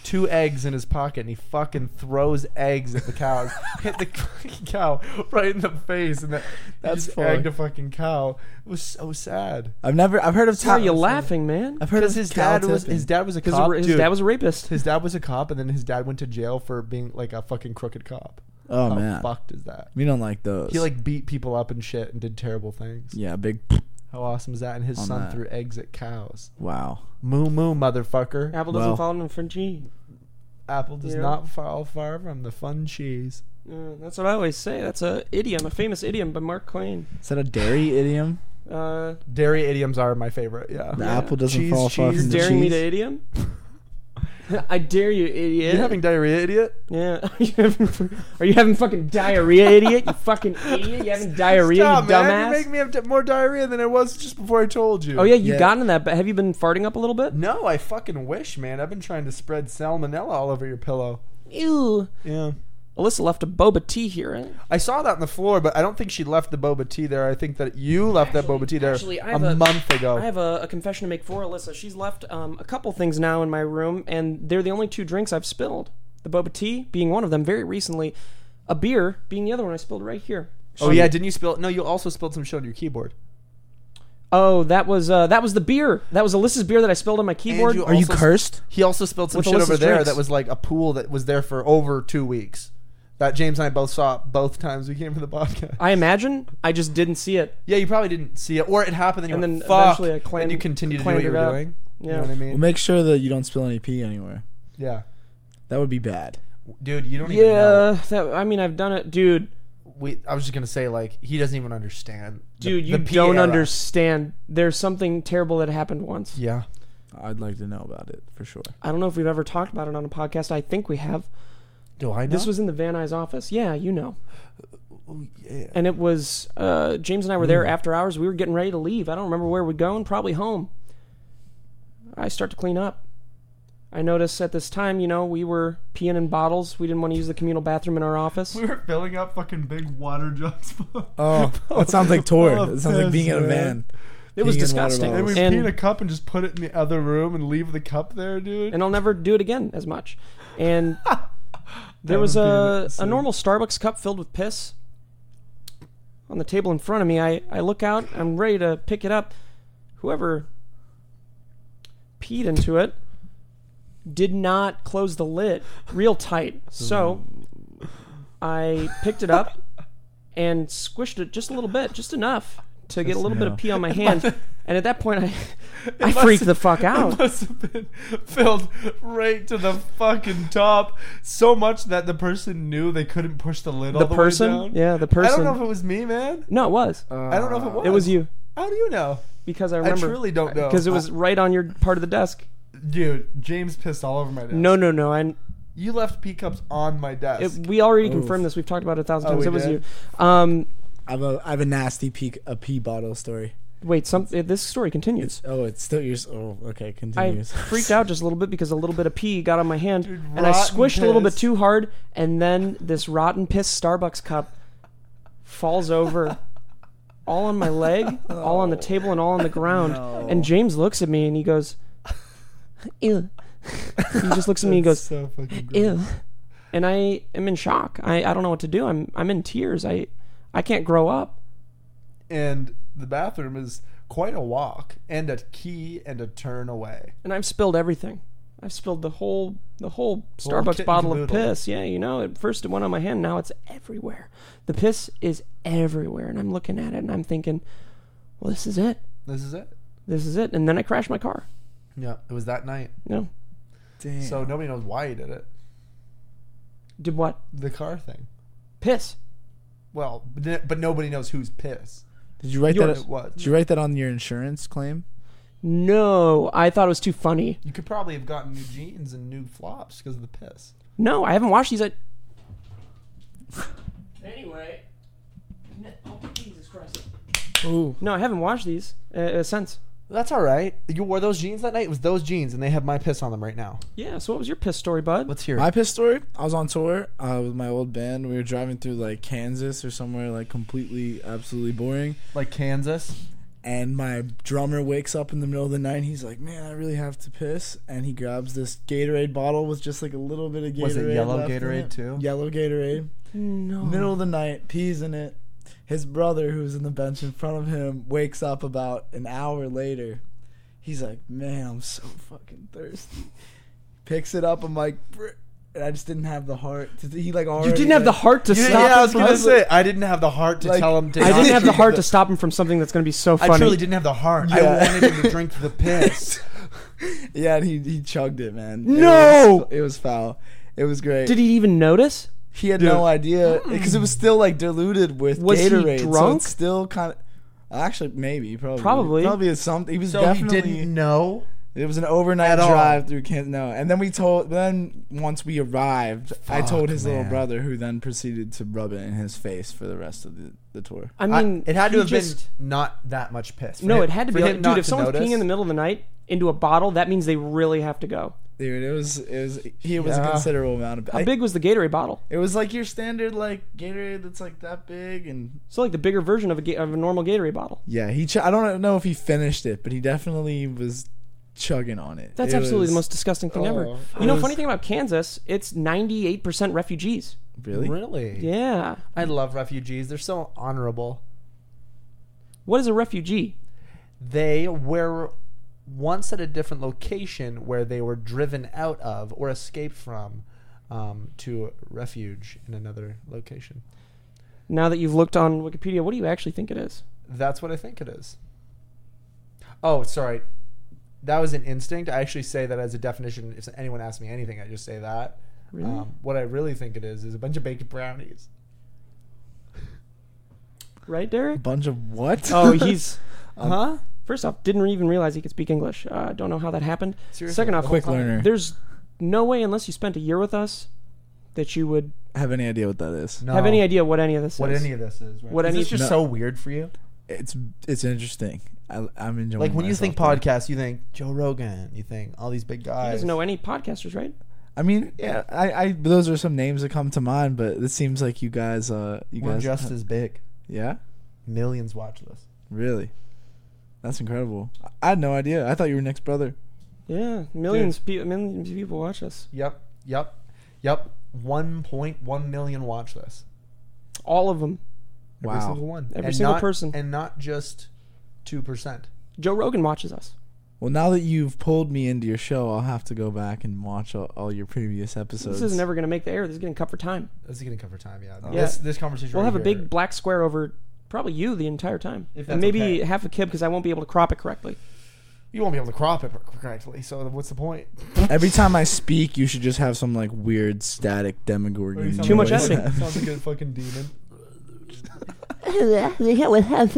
two eggs in his pocket and he fucking throws eggs at the
(laughs)
cows. Hit the fucking cow right in the face, and that
That's
that's just
funny.
egged a fucking cow. It was so sad.
I've never. I've heard of.
Why are
Top,
you laughing, man?
I've heard of
Because his
cow
dad was
tipping.
his dad was a
Because
cop.
his
dude.
dad was a rapist.
his dad was a cop, and then his dad went to jail for being like a fucking crooked cop.
Oh
How
man,
fucked is that?
we don't like those.
He like beat people up and shit and did terrible things.
yeah, big.
How awesome is that? And his
On
son
that.
threw eggs at cows.
Wow.
Moo moo, motherfucker.
Apple doesn't
Well.
fall in from G.
Apple does
Yeah.
not fall far from the fun cheese.
Uh, that's what I always say. That's a idiom, a famous idiom by Mark Twain.
Is that
(sighs)
a dairy idiom?
Uh,
Dairy idioms are my favorite. Yeah.
The
Yeah.
apple doesn't
Cheese,
fall far
cheese,
you're
from the
daring me
cheese.
(laughs)
to idiom? I dare you, idiot.
You having diarrhea, idiot?
yeah. (laughs) Are you having- Are you having fucking diarrhea, idiot?
(laughs)
You fucking idiot. You having diarrhea,
Stop,
you
man. You
dumbass.
make me have di- more diarrhea than I was just before I told you.
Oh yeah, you
Yeah.
got into that. But have you been farting up a little bit?
No, I fucking wish, man. I've been trying to spread salmonella all over your pillow.
Ew.
Yeah.
Alyssa left a boba tea here. eh?
I saw that on the floor, but I don't think she left the boba tea there. I think that you left that boba tea there
actually, I
a
have a-
month ago.
I have a, a confession to make for Alyssa. She's left um, a couple things now in my room, and they're the only two drinks I've spilled. The boba tea being one of them very recently, a beer being the other one I spilled right here.
oh yeah, didn't you spill? No, you also spilled some shit on your keyboard.
Oh, that was uh, that was the beer. That was Alyssa's beer that I spilled on my keyboard.
you
Are you
Also-
cursed?
He also spilled some
With
shit
Alyssa's
over there
drinks.
that was like a pool that was there for over two weeks. That James and I both saw both times we came to the podcast.
I imagine I just didn't see it.
(laughs) Yeah, you probably didn't see it, or it happened, and you
And
went,
then
"Fuck!"
eventually I clam-
and you continued to do
clammed
what you
it
were
up.
doing. You
Yeah.
know what I mean?
Well, make sure that you don't spill any pee anywhere.
yeah,
That would be bad.
dude, you don't even know.
Yeah, that, I mean I've done it, dude.
We, I was just gonna say, like, he doesn't even understand. the-
Dude, you
the P
don't
era.
understand. There's something terrible that happened once.
Yeah,
I'd like to know about it for sure.
I don't know if we've ever talked about it on a podcast. I think we have.
do I know?
This was in the Van Nuys office. Yeah, you know.
Ooh, yeah.
And it was uh, James and I were there after hours. We were getting ready to leave. I don't remember where we're going. Probably home. I start to clean up. I notice at this time, you know, we were peeing in bottles. We didn't want to use the communal bathroom in our office.
We were filling up fucking big water (laughs) jugs. and
Oh, that sounds like tour.
Oh,
That sounds like being in a
piss,
van.
It was
Peeing in water
disgusting.
bottles.
we
And-
pee in a cup and just put it in the other room and leave the cup there, dude.
and I'll never do it again as much. And there was
Haven't been in
a,
it
a
since.
normal Starbucks cup filled with piss on the table in front of me. I, I look out, I'm ready to pick it up. Whoever peed into it did not close the lid real tight. So I picked it up and squished it just a little bit, just enough to get a little bit of
yeah.
pee on my hand. And at that point, I, I freaked the fuck
(laughs)
out.
must have been filled right to the fucking top, so much that the person knew they couldn't push the lid all
The
the way
person?
down.
Yeah, the person.
I don't know if it was me, man.
No, it was.
I don't know
Uh,
if it was.
it was you
How do you know?
because I
I
remember.
truly don't know.
Because it was right on your part of the desk.
dude, James pissed all over my desk.
No, no, no. And
you left pee cups on my desk.
it, we already confirmed this. We've talked about it a thousand
Oh,
times.
we
it was
did?
you. Um,
I have a I have a nasty pee a pee bottle story.
wait. Some eh, this story continues.
Oh, it's still yours. Oh,
(laughs)
okay,
I
continues.
freaked out just a little bit because a little bit of pee got on my hand,
Dude,
and I
rotten
squished a little bit
piss.
too hard, and then this rotten piss Starbucks cup
(laughs)
falls over. All on my leg, all on the table, and all on the ground. And James looks at me and he goes, "Ew." (laughs) he just looks at me and goes,
so fucking gross.
(laughs) ew. And I am in shock. I, I don't know what to do. I'm I'm in tears. I I can't grow up.
And the bathroom is quite a walk and a key and a turn away.
And I've spilled everything. I've spilled the whole the whole
kit
Starbucks
and
bottle of
caboodle.
piss. Yeah, you know, at first it went on my hand, now it's everywhere. The piss is everywhere and I'm looking at it and I'm thinking, Well, this is it.
This is it.
This is it. And then I crashed my car.
Yeah, it was that night.
You know?
(laughs) Damn.
So nobody knows why he did it.
Did what?
The car thing.
Piss.
Well, but, n- but nobody knows whose piss.
did you write
Yours
that?
it was.
Did you write that on your insurance claim?
No, I thought it was too funny.
You could probably have gotten new jeans and new flops because of the piss.
No, I haven't watched these. I... anyway. Oh, Jesus Christ.
Ooh.
No, I haven't washed these uh, uh, since.
That's all right. You wore those jeans that night. It was those jeans, and they have my piss on them right now.
Yeah. So what was your piss story, bud?
Let's hear it.
My piss story. I was on tour uh, with my old band. We were driving through like Kansas or somewhere like completely, absolutely boring.
Like Kansas.
And my drummer wakes up in the middle of the night. And he's like, "Man, I really have to piss." And he grabs this Gatorade bottle with just like a little bit of Gatorade.
Was it yellow
left in
Gatorade
it.
too?
Yellow Gatorade.
no.
Middle of the night, pees in it. His brother, who's in the bench in front of him, wakes up about an hour later. He's like, "Man, I'm so fucking thirsty." Picks it up. I'm like, "Br- and I just didn't have the heart. To, he like already
You didn't have the
like-
heart to
You didn't-
stop.
yeah, I
him
was
from-
gonna say I didn't have the heart to
Like,
tell him to.
I
not (laughs)
didn't have the
drink
heart to stop him from something that's going to be so funny.
I truly didn't have the heart. I
Yeah.
wanted him to drink the piss.
Yeah, and he he chugged it, man. It
No!
was- it was foul. It was great.
Did he even notice?
He had no idea because it was still like diluted with
Was he
Gatorade. So
drunk?
it's still kind of. Actually, maybe probably
Probably.
probably it's something. He was
so he
definitely.
didn't know.
It was an overnight
At all.
drive through Kansas. No, and then we told. Then once we arrived, I
Fuck,
told his little
man.
brother, who then proceeded to rub it in his face for the rest of the, the tour.
I mean,
it had to
he
have
just-
been not that much piss. For
No,
him-
it had to
for
be.
him
Like,
not
dude, if
to
someone's
notice.
peeing in the middle of the night into a bottle, that means they really have to go.
Dude, it was it was he was
Yeah.
a considerable amount of.
How
I-
big was the Gatorade bottle?
It was like your standard like Gatorade that's like that big and
So like the bigger version of a, Ga- of a normal Gatorade bottle.
Yeah, he. Ch- I don't know if he finished it, but he definitely was chugging on it.
That's
It
absolutely the
was-
most disgusting thing ever.
Oh,
You know,
it
funny
was-
thing about Kansas, it's 98% refugees.
Really?
Really?
Yeah.
I love refugees. They're so honorable.
What is a refugee?
They were once at a different location where they were driven out of or escaped from um, to refuge in another location.
Now that you've looked on Wikipedia, what do you actually think it is?
That's what I think it is. Oh, sorry. That was an instinct. I actually say that as a definition. If anyone asks me anything, I just say that.
Really?
Um, what I really think it is is a bunch of baked brownies.
Right,
A
Derek?
bunch of what?
(laughs)
Oh, he's.
huh?
First off, didn't even realize he could speak English. Uh, don't know how that happened.
Seriously,
Second off,
(laughs) Quick learner.
there's no way, unless you spent a year with us, that you would
Have any idea what that is?
No.
have any idea what any of this
what
is.
any of this is. Right?
What
Is
any-
this just
No.
so weird for you?
It's it's interesting. I, I'm enjoying.
Mm,
Like when you think
myself.
podcasts, you think Joe Rogan, you think all these big guys.
He doesn't know any podcasters, right?
I mean, yeah. I, I those are some names that come to mind, but it seems like you guys. Uh, you
We're
guys.
just as big.
yeah.
Millions watch this.
Really. That's incredible. I- I had no idea. I thought you were Nick's brother.
Yeah, millions people millions of people watch us.
Yep, yep, yep. One point one million watch this.
All of them.
Every
Wow.
single one.
Every
And
single
not-
person.
and not just two percent.
Joe Rogan watches us.
Well, now that you've pulled me into your show, I'll have to go back and watch all, all your previous episodes.
This is never going to make the air. This is getting cut for time.
This is gonna cover time. Yeah.
Oh. Yeah.
This this conversation.
We'll
right
have a
here-
big black square over probably you the entire time.
If
and
that's
maybe
okay.
half a kib because I won't be able to crop it correctly.
You won't be able to crop it correctly. So what's the point?
Every time I speak, you should just have some like weird static demogorgon.
Too
(laughs)
much
noise.
editing.
Sounds like a fucking demon.
What's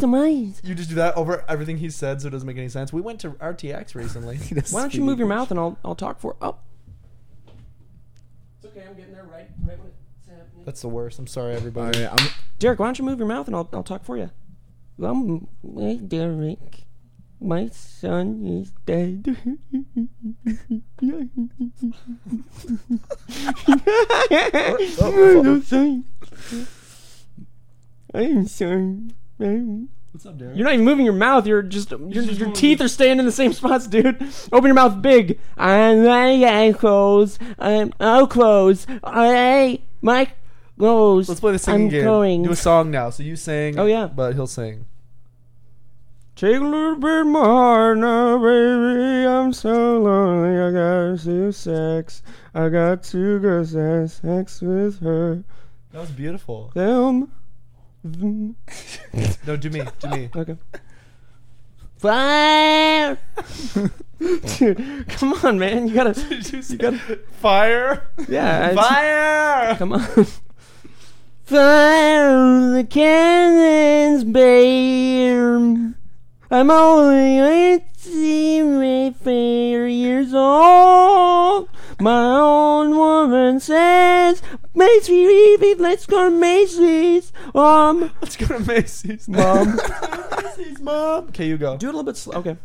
the mind?
You just do that over everything he said, so it doesn't make any sense. We went to RTX recently.
He does
Why don't you
speak
move your
English.
mouth and I'll I'll talk for Oh. It's okay. I'm getting there right right when it's happening.
That's the worst. I'm sorry,
All
everybody.
right, I'm,
Derek, why don't you move your mouth and I'll I'll talk for you. Um, hey, Derek, my son is dead. (laughs) I'm sorry. I'm sorry. I'm-
What's up, Derek?
You're not even moving your mouth. You're just your, your teeth are staying in the same (laughs) spots, dude. Open your mouth big. I like close. I'm I'll close. I my close.
Let's play the singing
I'm
game.
Going.
Do a song now. So you sing.
Oh, yeah.
But he'll sing.
Take a little bit more now, baby. I'm so lonely. I got to sex. I got two girls that sex with her.
That was beautiful.
Them. them.
No, do me. Do (laughs) me.
Okay. Fire! (laughs) Dude, come on, man. You gotta. You gotta.
Fire!
Yeah. I-
Fire!
Come on. (laughs) Fire the cannons, babe. I'm only 84 years old. My own woman says, Macy, let's go to Macy's. Um,
Let's go to Macy's.
Mom.
(laughs)
(laughs)
Macy's mom. Okay, you go.
Do it a little bit slow. Okay.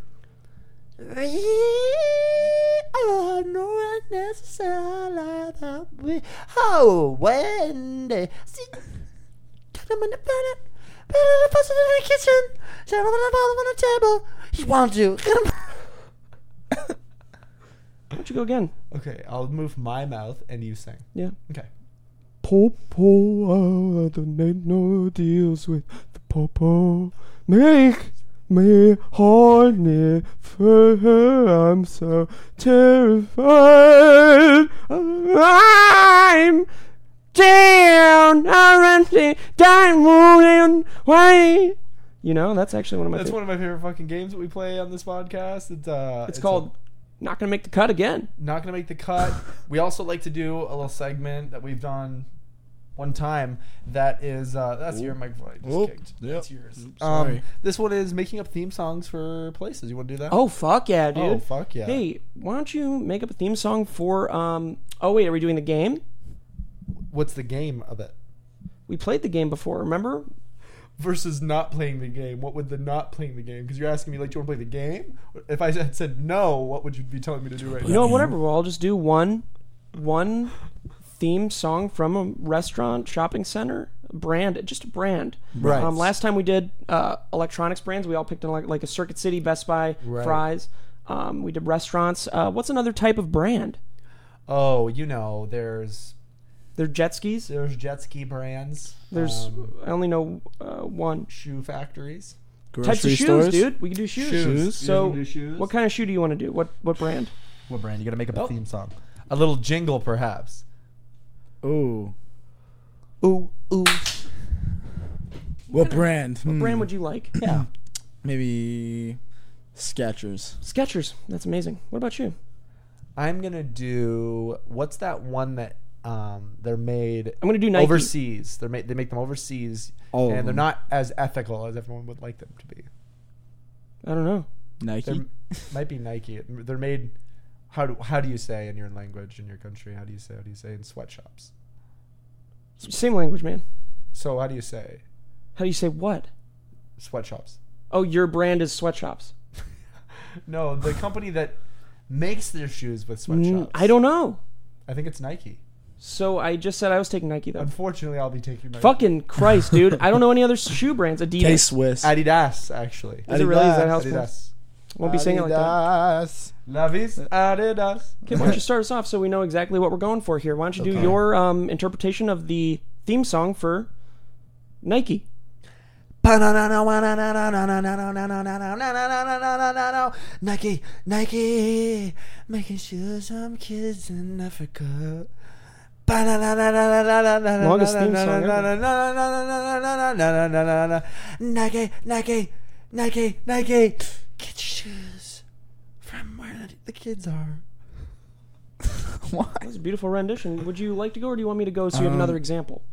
Oh, no unnecessary that we- Oh, Wendy. See, put him in the bed, put him in the person in the kitchen, set him on the bottom on the table. He wants you.
Why don't you go again?
Okay, I'll move my mouth and you sing.
Yeah.
Okay.
Popo, I don't make no deals with the popo. Make me horny for her. I'm so terrified. I'm down. I'm down. Why? You know, that's actually one of my.
That's
favorite.
one of my favorite fucking games that we play on this podcast. It's uh,
it's, called "Not Gonna Make the Cut Again."
not gonna make the cut. we also like to do a little segment that we've done one time. That is uh, that's your microphone. I just
Oop.
kicked.
Yep.
That's yours. Um,
sorry.
this one is making up theme songs for places. You want to do that?
Oh fuck yeah, dude!
Oh, fuck yeah.
Hey, why don't you make up a theme song for? Um. Oh wait, are we doing the game?
What's the game of it?
We played the game before. Remember?
Versus not playing the game. What would the not playing the game? Because you're asking me like, do you want to play the game? If I had said no, what would you be telling me to do right
You
now?
know, whatever. We'll all just do one, one theme song from a restaurant, shopping center, brand, just a brand.
Right.
Um, last time we did uh, electronics brands, we all picked like, like a Circuit City, Best Buy,
Right.
Fry's. Um, we did restaurants. Uh, what's another type of brand?
Oh, you know, there's
They're jet skis.
there's jet ski brands.
There's
um,
I only know uh, one.
shoe factories.
Types of
Grocery
shoes,
stores,
dude. We can do shoes.
Shoes. You
So,
can do shoes.
what kind of shoe do you want to do? What what brand?
What brand? You got to make up a theme song. A little jingle, perhaps.
Ooh.
Ooh, ooh.
What brand?
What
Hmm.
brand would you like?
Yeah.
Maybe Skechers.
Skechers. That's amazing. What about you?
I'm gonna do. What's that one that um they're made?
I'm gonna do Nike.
overseas. They're made. They make them overseas,
All of
and they're
them.
not as ethical as everyone would like them to be.
I don't know.
They
Nike.
might be Nike. They're made. How do how do you say in your language in your country? How do you say? How do you say in sweatshops?
Same language, man.
So how do you say
How do you say what?
sweatshops?
Oh, your brand is sweatshops.
No, the company that makes their shoes with
Mm,
sweatshops.
I don't know.
I think it's Nike.
So I just said I was taking Nike though.
Unfortunately, I'll be taking my
Fucking Christ, dude! I don't know any other shoe brands. Adidas.
K Swiss.
Adidas actually.
Is it really? Is that how it's
Adidas.
pronounced? Won't be saying it like that.
Adidas.
La vis Adidas.
Okay, why don't you start us off so we know exactly what we're going for here? Why don't you do
Okay.
your um, interpretation of the theme song for Nike?
Nike, Nike, making shoes from kids in Africa. Longest
theme song
Nike, Nike, Nike, Nike. Get your shoes from where the kids are.
That was a beautiful rendition. Would you like to go, or do you want me to go so you have
Um,
another example?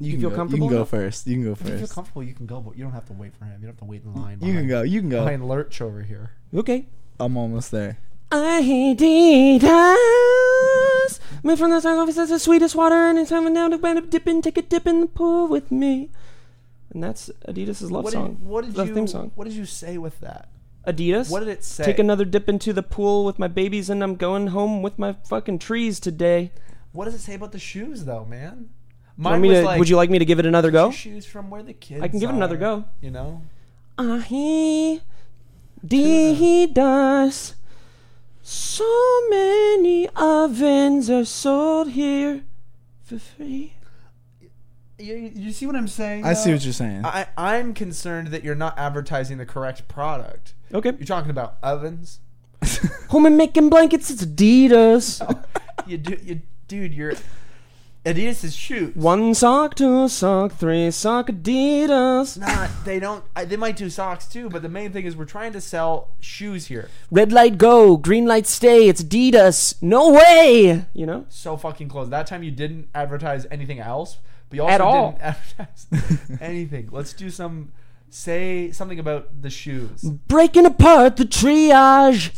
You,
You
can
feel
go,
comfortable
You can go
enough?
first. You can go
If you feel
first.
comfortable, you can go, but you don't have to wait for him. You don't have to wait in line.
You can
behind-
go. You can go.
Behind Lurch over here.
Okay.
I'm almost there.
Adidas. Me from the side office that's the sweetest water, and it's time now to wind up dipping. Take a dip in the pool with me. And that's Adidas' love
What
song.
did, what did
love
you
theme song.
What did you say with that?
Adidas.
What did it say?
Take another dip into the pool with my babies, and I'm going home with my fucking trees today.
What does it say about the shoes, though, man?
Want
Mine
me
was
to-
like,
would you like me to give it another
"Get
go?
your shoes from where the kids?
I can give it another
are,"
go.
You know,
Adidas. So many ovens are sold here for free.
you, you see what I'm saying?
I see
though?
what you're saying.
Uh,
I, I'm concerned that you're not advertising the correct product.
Okay.
You're talking about ovens.
Home and making blankets, it's Adidas.
you do, you, dude, you're Adidas' shoes.
One sock, two sock, three sock, Adidas.
Not they don't. I, they might do socks too, but the main thing is we're trying to sell shoes here.
Red light go, green light stay, it's Adidas. No way! You know?
so fucking close. That time you didn't advertise anything else, but you also
At all.
didn't
(laughs)
advertise anything. Let's do some say something about the shoes.
Breaking apart the triage.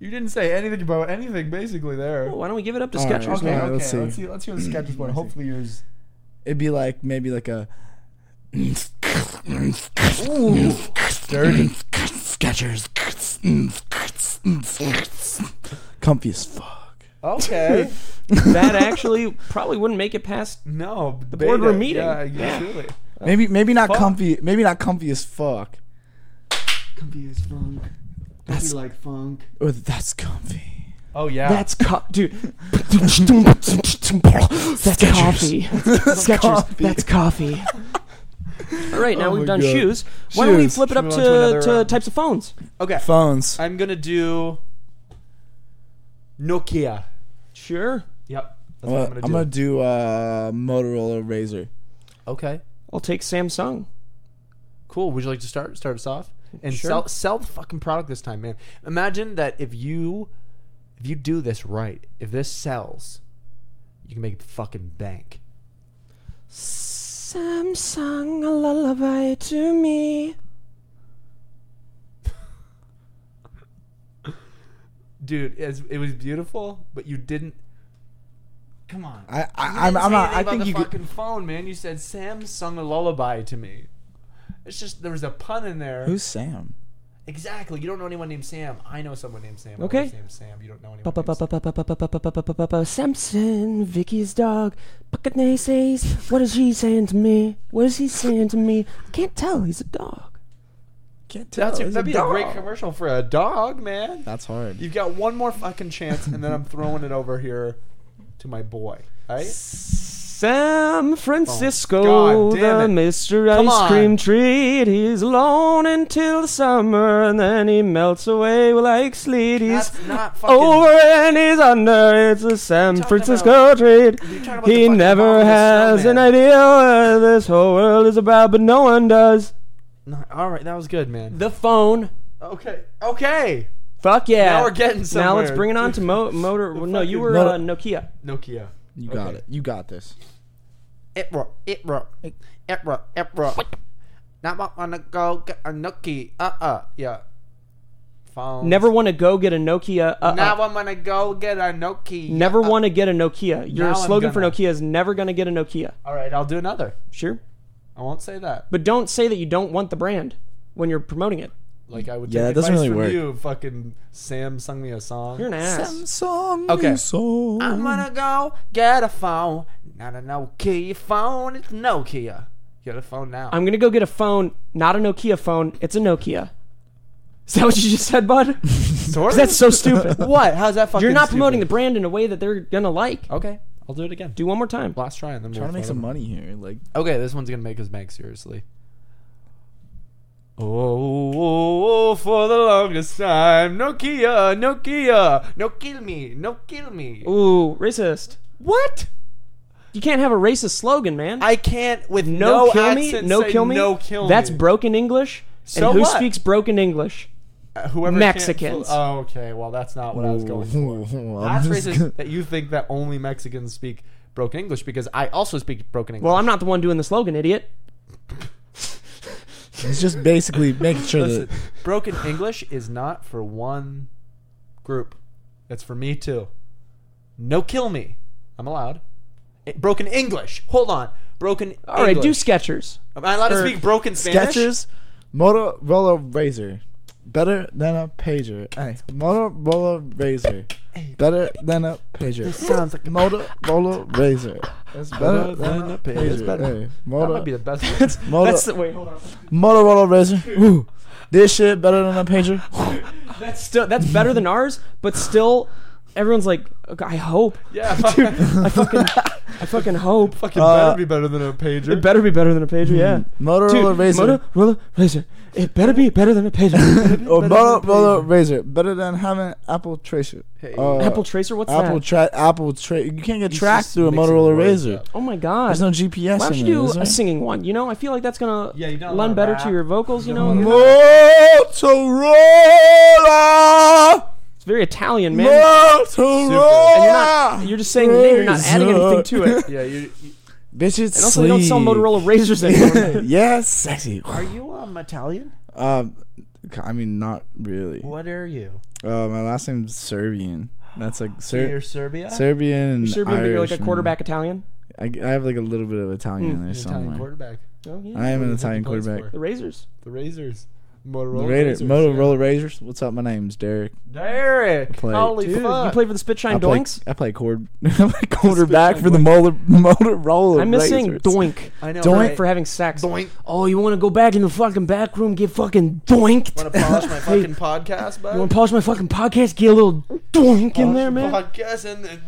You didn't say anything about anything basically there.
Why don't we give it up to
All right,
Skechers,
okay.
man?
Alright, let's see.
let's hear the Skechers one. Hopefully yours.
It'd be like maybe like a
Ooh, dirty.
Skechers. Comfy as fuck.
(laughs)
Okay.
That actually probably wouldn't make it past
No, the
boardroom meeting.
Yeah, absolutely.
Maybe maybe not
Fuck.
comfy. Maybe not comfy as fuck.
Comfy as funk. Comfy
That's-
like funk.
Or Oh, that's comfy.
Oh yeah.
That's co- (laughs) dude. That's coffee. Skechers. That's coffee. All right, now
Oh
we've
my
done
God.
shoes. Why don't we
Shoes.
flip it
Should
up
we
to,
move on to another
to
round?
types of phones?
Okay.
Phones.
I'm gonna do Nokia.
Sure.
Yep. That's
Well,
what I'm
I'm
gonna
gonna
do.
do uh, Motorola Razor.
Okay.
I'll take Samsung.
Cool. Would you like to start start us off and
Sure.
sell sell the fucking product this time, man? Imagine that if you if you do this right, if this sells, you can make fucking bank.
Samsung, a lullaby to me.
Dude, it's, it was beautiful, but you didn't. Come on.
I, I
You
I'm,
didn't
I'm
say
not.
anything
I
about
think
the
you. Could,
fucking phone, man. You said Samsung a lullaby to me. It's just there was a pun in there.
who's Sam?
exactly? You don't know anyone named Sam. I know someone named Sam. My
Okay.
wife's named Sam. You don't know anyone. named Sam.
Samson, Vicky's dog. Bucket says, What is he saying to me? What is he saying to me? I can't tell. He's a dog.
Can't tell.
That's
That's,
a, that'd be a great commercial for a dog, man.
That's hard.
You've got one more fucking chance, and then I'm throwing it over here to my boy. Right?
San Francisco,
Oh, God damn
the Mr.
Come
Ice
on.
Cream Treat. He's alone until the summer, and then he melts away like sleet. He's
That's not fucking.
over and he's under. It's a San
Talking
Francisco treat.
You're talking about the
He
fucking
never
bomb with the
has an
snowman.
idea what this whole world is about, but no one does.
No, all right, that was good, man.
The phone.
Okay, okay.
Fuck yeah.
Now we're getting somewhere.
Now let's bring it on
(laughs)
to mo- motor.
The
no, you
fucking
were
motor-
uh, Nokia.
Nokia.
You got
Okay.
it. You got this.
Ipra, Ipra, Ipra, Ipra. Not want wanna go get a Nokia. Uh uh. Yeah. Phone.
Never want to go get a Nokia. Uh,
Now I wanna go get a Nokia.
Never want to get a Nokia.
Now
Your
I'm
slogan for
gonna.
Nokia is never going to get a Nokia.
All right, I'll do another.
Sure.
I won't say that.
But don't say that you don't want the brand when you're promoting it.
Like I would.
Yeah,
take
that doesn't
advice
really
from You
work.
fucking Sam sung me a song.
You're an ass.
Samsung.
Okay.
So
I'm gonna go get a phone. Not a Nokia phone, it's Nokia. Get a phone now.
I'm going to go get a phone, not a Nokia phone. It's a Nokia. Is that what you just said,
(laughs)
bud?
sorry.
That's so (laughs)
(laughs)
stupid.
what? How's that fucking
You're not promoting the brand in a way that they're going to like.
the. Okay, I'll do it again.
Do one more time.
Last try and then
trying
we'll
to make some
follow.
money here. Like
Okay, this one's gonna make us bank seriously. Oh, oh, oh, for the longest time, Nokia, Nokia, no kill me, no kill me.
Ooh, racist.
What?
You can't have a racist slogan, man.
I can't with
no,
no,
kill me,
accent
no
say
kill me.
No kill me.
That's broken English.
So
and who
what?
speaks broken English?
whoever can't
Mexicans.
fl- oh, okay, well that's not what I was going for. That's
(laughs)
racist that you think that only Mexicans speak broken English because I also speak broken English.
Well, I'm not the one doing the slogan, idiot.
It's just basically making sure
Listen,
that
(laughs) broken English is not for one group. It's for me too. No kill me. I'm allowed. Eh, broken English. Hold on. Broken
All right, do
English.
Skechers.
Am I allowed to
or
speak broken Spanish? (laughs)
Skechers, Motorola Razor, better than a pager. Hey, Motorola Razor, better than a pager.
Sounds
(laughs)
like
Motorola Razor, that's better than a pager.
It's better.
Hey,
that might be the
Motor,
best. one.
Motor,
That's the wait. Hold on.
Motorola Razor. Ooh, this shit better than a pager.
That's still that's better than ours, but still, everyone's like, "Okay, I hope,
yeah, dude,
I fucking, I fucking
(laughs)
hope.
fucking
Uh,
better be better than a pager.
It better be better than a pager, yeah.
Hmm.
Motorola
Dude,
Razor
Motorola Razor. It better be better than a pager.
or Motorola Razor better than having Apple Tracer. Uh,
Apple Tracer, what's
Apple
that?
tra- Apple tra- You can't get
He's
tracked
just
through a
mixing
Motorola
words
Razor.
up.
oh my god.
There's no GPS.
Why don't
in
you
there,
do
is
a
there?
singing one? You know, I feel like that's gonna
Yeah, you don't
lend
wanna
better to
rap.
your vocals. You know,
Motorola,
it's very Italian, man.
Motorola.
And you're not. You're just saying the name. You're not adding anything to it.
yeah, you, you,
(laughs) Bitch, it's
And also, they don't sell
sleek.
Motorola razors
(laughs)
anymore. (laughs)
yes, sexy.
are you um Italian?
Um, I mean, not really.
What are you?
Uh, my last name's Serbian. That's like
You're
Ser-
Serbia.
Serbian. And
Sure, but you're like a
Irishman.
quarterback Hmm, Italian.
I, I have like a little bit of Italian in there
You're Italian
somewhere.
quarterback.
Oh, yeah.
I am an
What is it
Italian
he plays
quarterback.
The razors.
The Razors. Motorola
Raider,
Razors.
Motorola Razors. What's up? My name's Derek.
Derek.
Play.
Holy
Dude,
fuck.
you played for the Spit Shine
I play,
Doinks?
I play cord,
(laughs)
I play quarterback for the Motor, Motorola.
I'm missing
Razors.
Doink.
I know.
Doink
right?
for having sex.
Doink.
Oh, you want to go back in the fucking back room, get fucking doinked?
Want to polish
(laughs)
my fucking podcast, bud?
You want to polish my fucking podcast? Get a little doink in there, man.
Podcast and then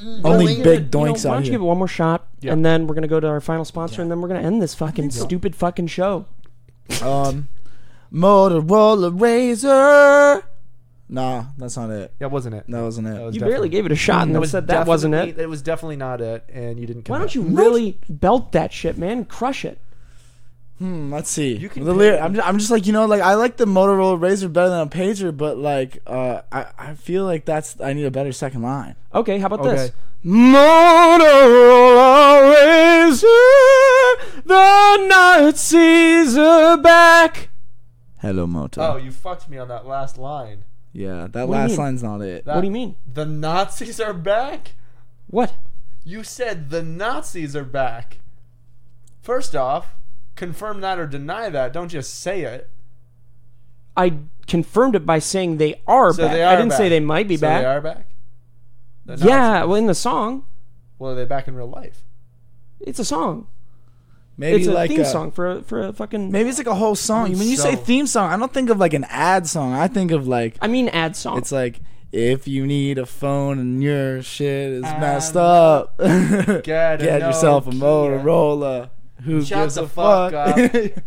Only
Well, you
big
know,
doinks
Why
out
don't you
here.
give it one more shot?
Yeah.
And then we're gonna go to our final sponsor, and then we're gonna end this fucking stupid fucking show.
Um, Motorola Razor. Nah, that's not it.
That wasn't it.
That wasn't it.
That was
You
definitely-
barely gave it a shot, and
that
then said that wasn't it.
definitely- It was definitely not it, and you didn't.
Why
commit.
don't you really belt that shit, man? Crush it.
Hmm, let's see.
You can
the
pay-
lyric, I'm, just, I'm just like you know, like I like the Motorola Razor better than a pager, but like uh, I I feel like that's I need a better second line.
Okay, how about this?
Okay.
Motorola Razor, the night seas are back.
Hello, Moto.
Oh, you fucked me on that last line.
yeah, that
What do you
last
mean?
line's not it.
That-
What do you mean?
The Nazis are back.
What?
You said the Nazis are back. First off, confirm that or deny that. Don't just say it.
I confirmed it by saying they are
So
back.
they are
I didn't
back.
say they might be
So
back.
They are back. The
yeah,
Nazis.
well, in the song,
Well, are they back in real life?
it's a song.
Maybe
it's a
like
theme
a,
song for a, for a fucking.
Maybe it's like a whole song. When you say
So-
theme song, I don't think of like an ad song. I think of like
I mean, ad song.
it's like if you need a phone and your shit is messed up, (laughs) get,
Get, a
yourself a
Nokia.
Motorola. Who
Shut
gives
the
a
fuck
fuck?
up.
(laughs)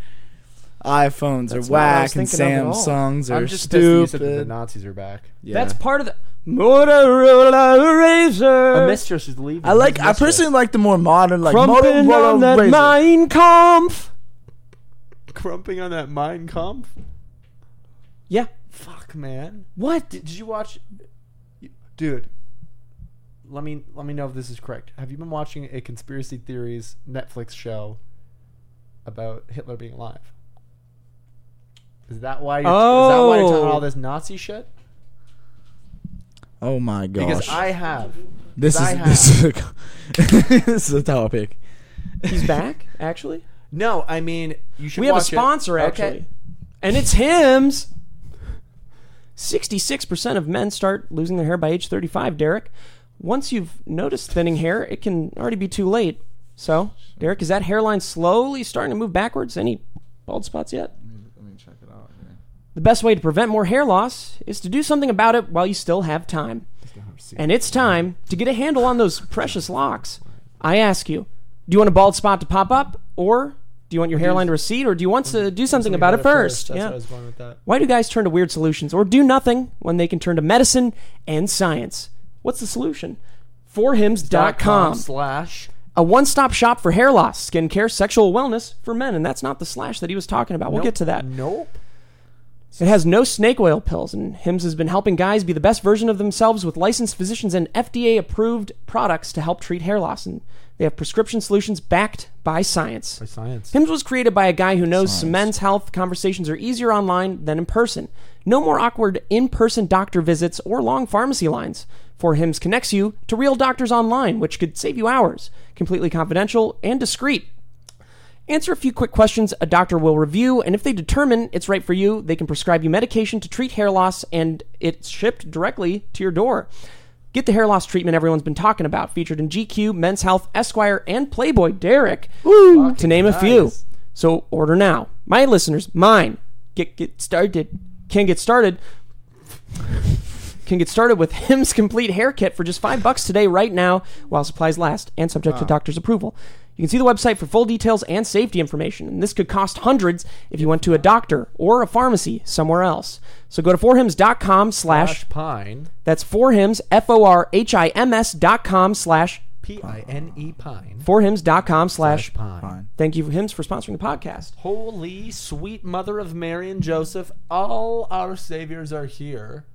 iPhones are
That's not what I was
whack and
thinking of at all.
Samsungs are
I'm just pissed that you said that the
stupid.
Nazis are back.
Yeah.
That's part of the Motorola Razor.
A mistress is leaving.
I like.
Who's
I
mistress?
personally like the more modern, like
Crumping on
Motorola
that
Razr.
Mein Kampf.
crumping on that Mein Kampf.
Yeah.
Fuck, man.
What?
Did, did you watch, dude? Let me let me know if this is correct. Have you been watching a conspiracy theories Netflix show about Hitler being alive? Is that why? You're, Is that why you're talking
Oh.
all this Nazi shit?
Oh my gosh!
Because I have.
this
I
is this is, a, (laughs) this is a topic.
He's back, actually.
No, I mean you should.
We have a
watch it.
sponsor,
Okay.
actually. And it's Hims. 66% of men start losing their hair by age 35, Derek. Once you've noticed thinning hair, it can already be too late. So, Derek, is that hairline slowly starting to move backwards? Any bald spots yet?
Let me check it out. Here.
The best way to prevent more hair loss is to do something about it while you still have time. And it's time to get a handle on those precious locks. I ask you, do you want a bald spot to pop up, or do you want your hairline to recede, or do you want to do something about it first?
That's what I
Yeah.
was going with that.
Why do guys turn to weird solutions or do nothing when they can turn to medicine and science? What's the solution? Forhims.com
slash.
a one-stop shop for hair loss, skincare, sexual wellness for men, and that's not the slash that he was talking about. We'll get to that.
Nope.
It has no snake oil pills, and Hims has been helping guys be the best version of themselves with licensed physicians and FDA approved products to help treat hair loss. And they have prescription solutions backed by science.
Science.
Hims was created by a guy who knows men's health. Conversations are easier online than in person. No more awkward in person doctor visits or long pharmacy lines. For Hims connects you to real doctors online, which could save you hours. Completely confidential and discreet. Answer a few quick questions a doctor will review, and if they determine it's right for you, they can prescribe you medication to treat hair loss, and it's shipped directly to your door. Get the hair loss treatment everyone's been talking about, featured in GQ, Men's Health, Esquire, and Playboy Derek, to name a few. So order now. My listeners, mine, get get started. Can get started. Can get started with (laughs) Hims Complete Hair Kit for just five bucks today, right now, while supplies last, and subject to doctor's approval. You can see the website for full details and safety information. And this could cost hundreds if you went to a doctor or a pharmacy somewhere else. So go to forhims.com slash
Ash Pine.
that's forhims f o r h i m s dot com slash
P I N E Pine.
forhims.com slash.
Pine.
Thank you Hims for sponsoring the podcast.
Holy sweet mother of Mary and Joseph, all our saviors are here.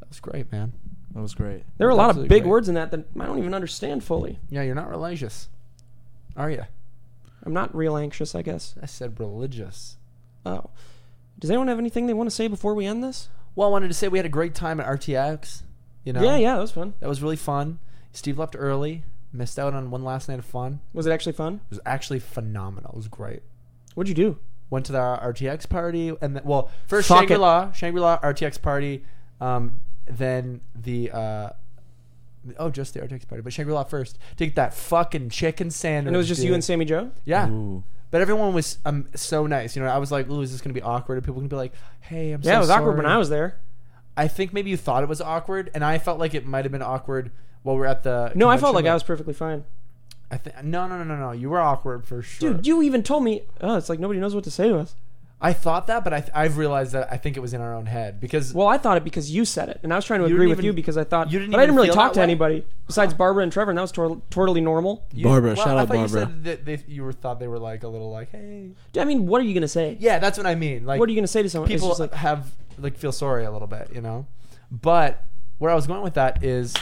That was great, man.
That was great.
There are a lot of
Absolutely
big
great.
words in that that I don't even understand fully.
Yeah, you're not religious. Are you?
I'm not real anxious, I guess.
I said religious.
Oh. Does anyone have anything they want to say before we end this?
Well, I wanted to say we had a great time at RTX. You know?
Yeah, yeah, that was fun.
That was really fun. Steve left early, missed out on one last night of fun.
Was it actually fun?
It was actually phenomenal. It was great.
What'd you do?
went to the RTX party, and then, well, first
Fuck it.
Shangri La, Shangri La RTX party, um, then the uh, oh, just the RTX party, but Shangri La first. Take that fucking chicken sandwich.
And it was just
dude.
you and Sammy Joe?
yeah.
Ooh.
But everyone was um, so nice. You know, I was like, "Ooh, is this gonna be awkward?" Are people gonna be like, "Hey, I'm so
Yeah, it was awkward when
sorry."
I was there.
I think maybe you thought it was awkward, and I felt like it might have been awkward while we are at the.
No, I
convention,
felt like
but-
I was perfectly fine.
I th- no, no, no, no, no. You were awkward for sure.
Dude, you even told me, oh, it's like nobody knows what to say to us.
I thought that, but I th- I've realized that I think it was in our own head because
Well, I thought it because you said it, and I was trying to
You
agree
didn't
with
even-
you because I thought,
you didn't
but I
even
didn't really
feel
talk
that
to
way?
anybody besides Barbara and Trevor, and that was tor- totally normal.
you,
Barbara,
well,
shout
I
out
thought You
Barbara.
said that they, you were thought they were like a little like, hey,
Dude, I mean, what are you gonna say?
yeah, that's what I mean. Like,
what are you gonna say to someone? It's
people
just like,
have like feel sorry a little bit, you know. But where I was going with that is,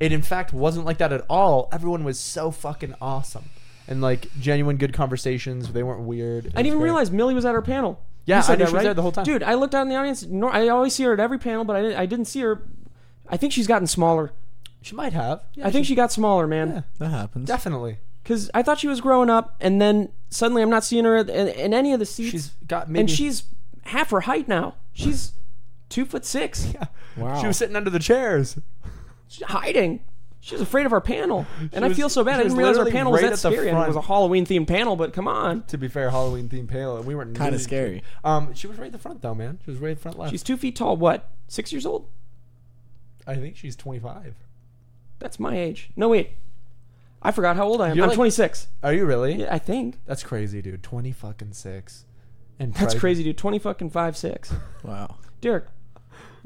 it in fact wasn't like that at all. Everyone was so fucking awesome and like genuine good conversations. They weren't weird. It
I didn't
was
even
great.
realize Millie was at our panel.
Yeah,
You
I
said
knew
that,
she was
right?
there the whole time.
Dude, I looked out in the audience. nor- I always see her at every panel, but I didn't, I didn't see her. I think she's gotten smaller.
she might have. Yeah,
I think she got smaller, man.
That happens.
definitely.
Because I thought she was growing up, and then suddenly I'm not seeing her in, in any of the seats.
She's got maybe. (laughs)
and she's half her height now. She's two foot six.
Wow.
she was sitting under the chairs.
She's hiding. She was afraid of our panel, and I
was-
feel so bad.
she
I
was
didn't realize our
literally
panel
right
was
at
that
the
scary. And it
front.
was a Halloween themed panel, but come on,
To be fair, Halloween themed panel, and we weren't
kind
really-
of scary.
Um, she was right at the front though, man. She was right at the front left.
she's two feet tall. What? Six years old?
I think she's 25.
That's my age. No wait, I forgot how old I am.
You're
I'm
like-
26.
Are you really?
Yeah, I think
That's crazy, dude. 20 fucking six. And
that's
pregnant.
crazy, dude. 20 fucking five six.
Wow.
Derek,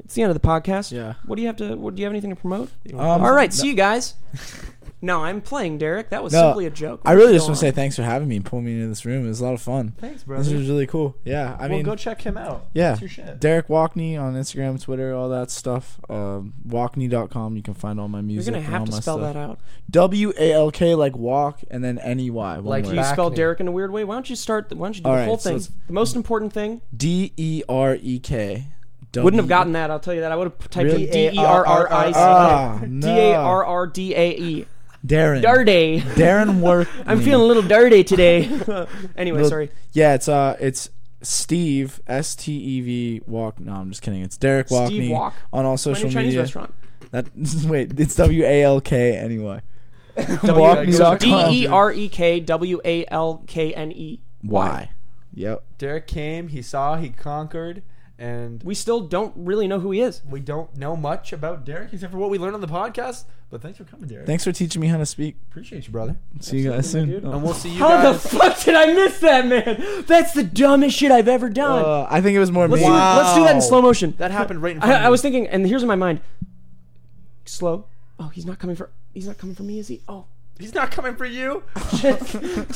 it's the end of the podcast.
Yeah.
What do you have to? What do you have anything to promote?
Um,
All right, see you guys. (laughs) no, I'm playing Derek. That was
No,
simply a joke.
I really
Go
just want
on.
to say thanks for having me and pulling me into this room. It was a lot of fun.
Thanks,
This
brother.
was really cool. Yeah. I
well,
mean,
go check him out.
Yeah.
That's your shit.
Derek Walkney on Instagram, Twitter, all that stuff. Um, Walkney.com. You can find all my
you're
music.
gonna
and all
have to
my
spell
stuff.
that out.
W A L K like walk and then N E Y. one
Like
word.
Do you
Back
spell
knee.
Derek in a weird way? Why don't you start? The, why don't you do
All
the
right,
whole
so
thing?
it's-
the most important thing.
D E R E K.
Wouldn't have gotten that. I'll tell you that. I would have typed
Really?
in D E R R I
Ah,
C K. D
no.
A R R D A E.
Darren.
Darday. (laughs)
Darren Worth.
I'm feeling a little dirty today. (laughs) anyway,
Look-
sorry.
Yeah, it's uh, it's Steve S T E V Walk. No, I'm just kidding. It's Derek Walkney
Steve Walk.
on
Find a
all social
Chinese
media.
restaurant.
That (laughs) wait, it's W A L
(laughs)
K anyway.
D
Walkney.com.
E R E K W A L K N E.
Why? Yep.
Derek came, he saw, he conquered, and
We still don't really know who he is.
we don't know much about Derek except for what we learned on the podcast. But thanks for coming, Derek.
Thanks for teaching me how to speak.
Appreciate you, brother.
See you guys soon.
And we'll see you
How the
guys.
fuck did I miss that, man? That's the dumbest shit I've ever done.
Uh, I think it was more me.
Let's, do, let's do that in slow motion.
that happened right in front of
I, I
me.
was thinking, and here's in my mind. Slow. Oh, he's not coming for. He's not coming for me, is he? Oh, (laughs)
He's not coming for you. (laughs)
shit,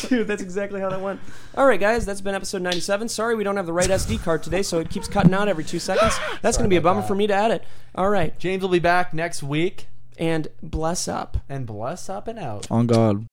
dude, that's exactly how that went. All right, guys, that's been episode 97. Sorry, we don't have the right SD card today, so it keeps cutting out every two (laughs) seconds. That's going to be a bummer for me to edit. All right,
James will be back next week.
and bless up.
And bless up and out.
On God.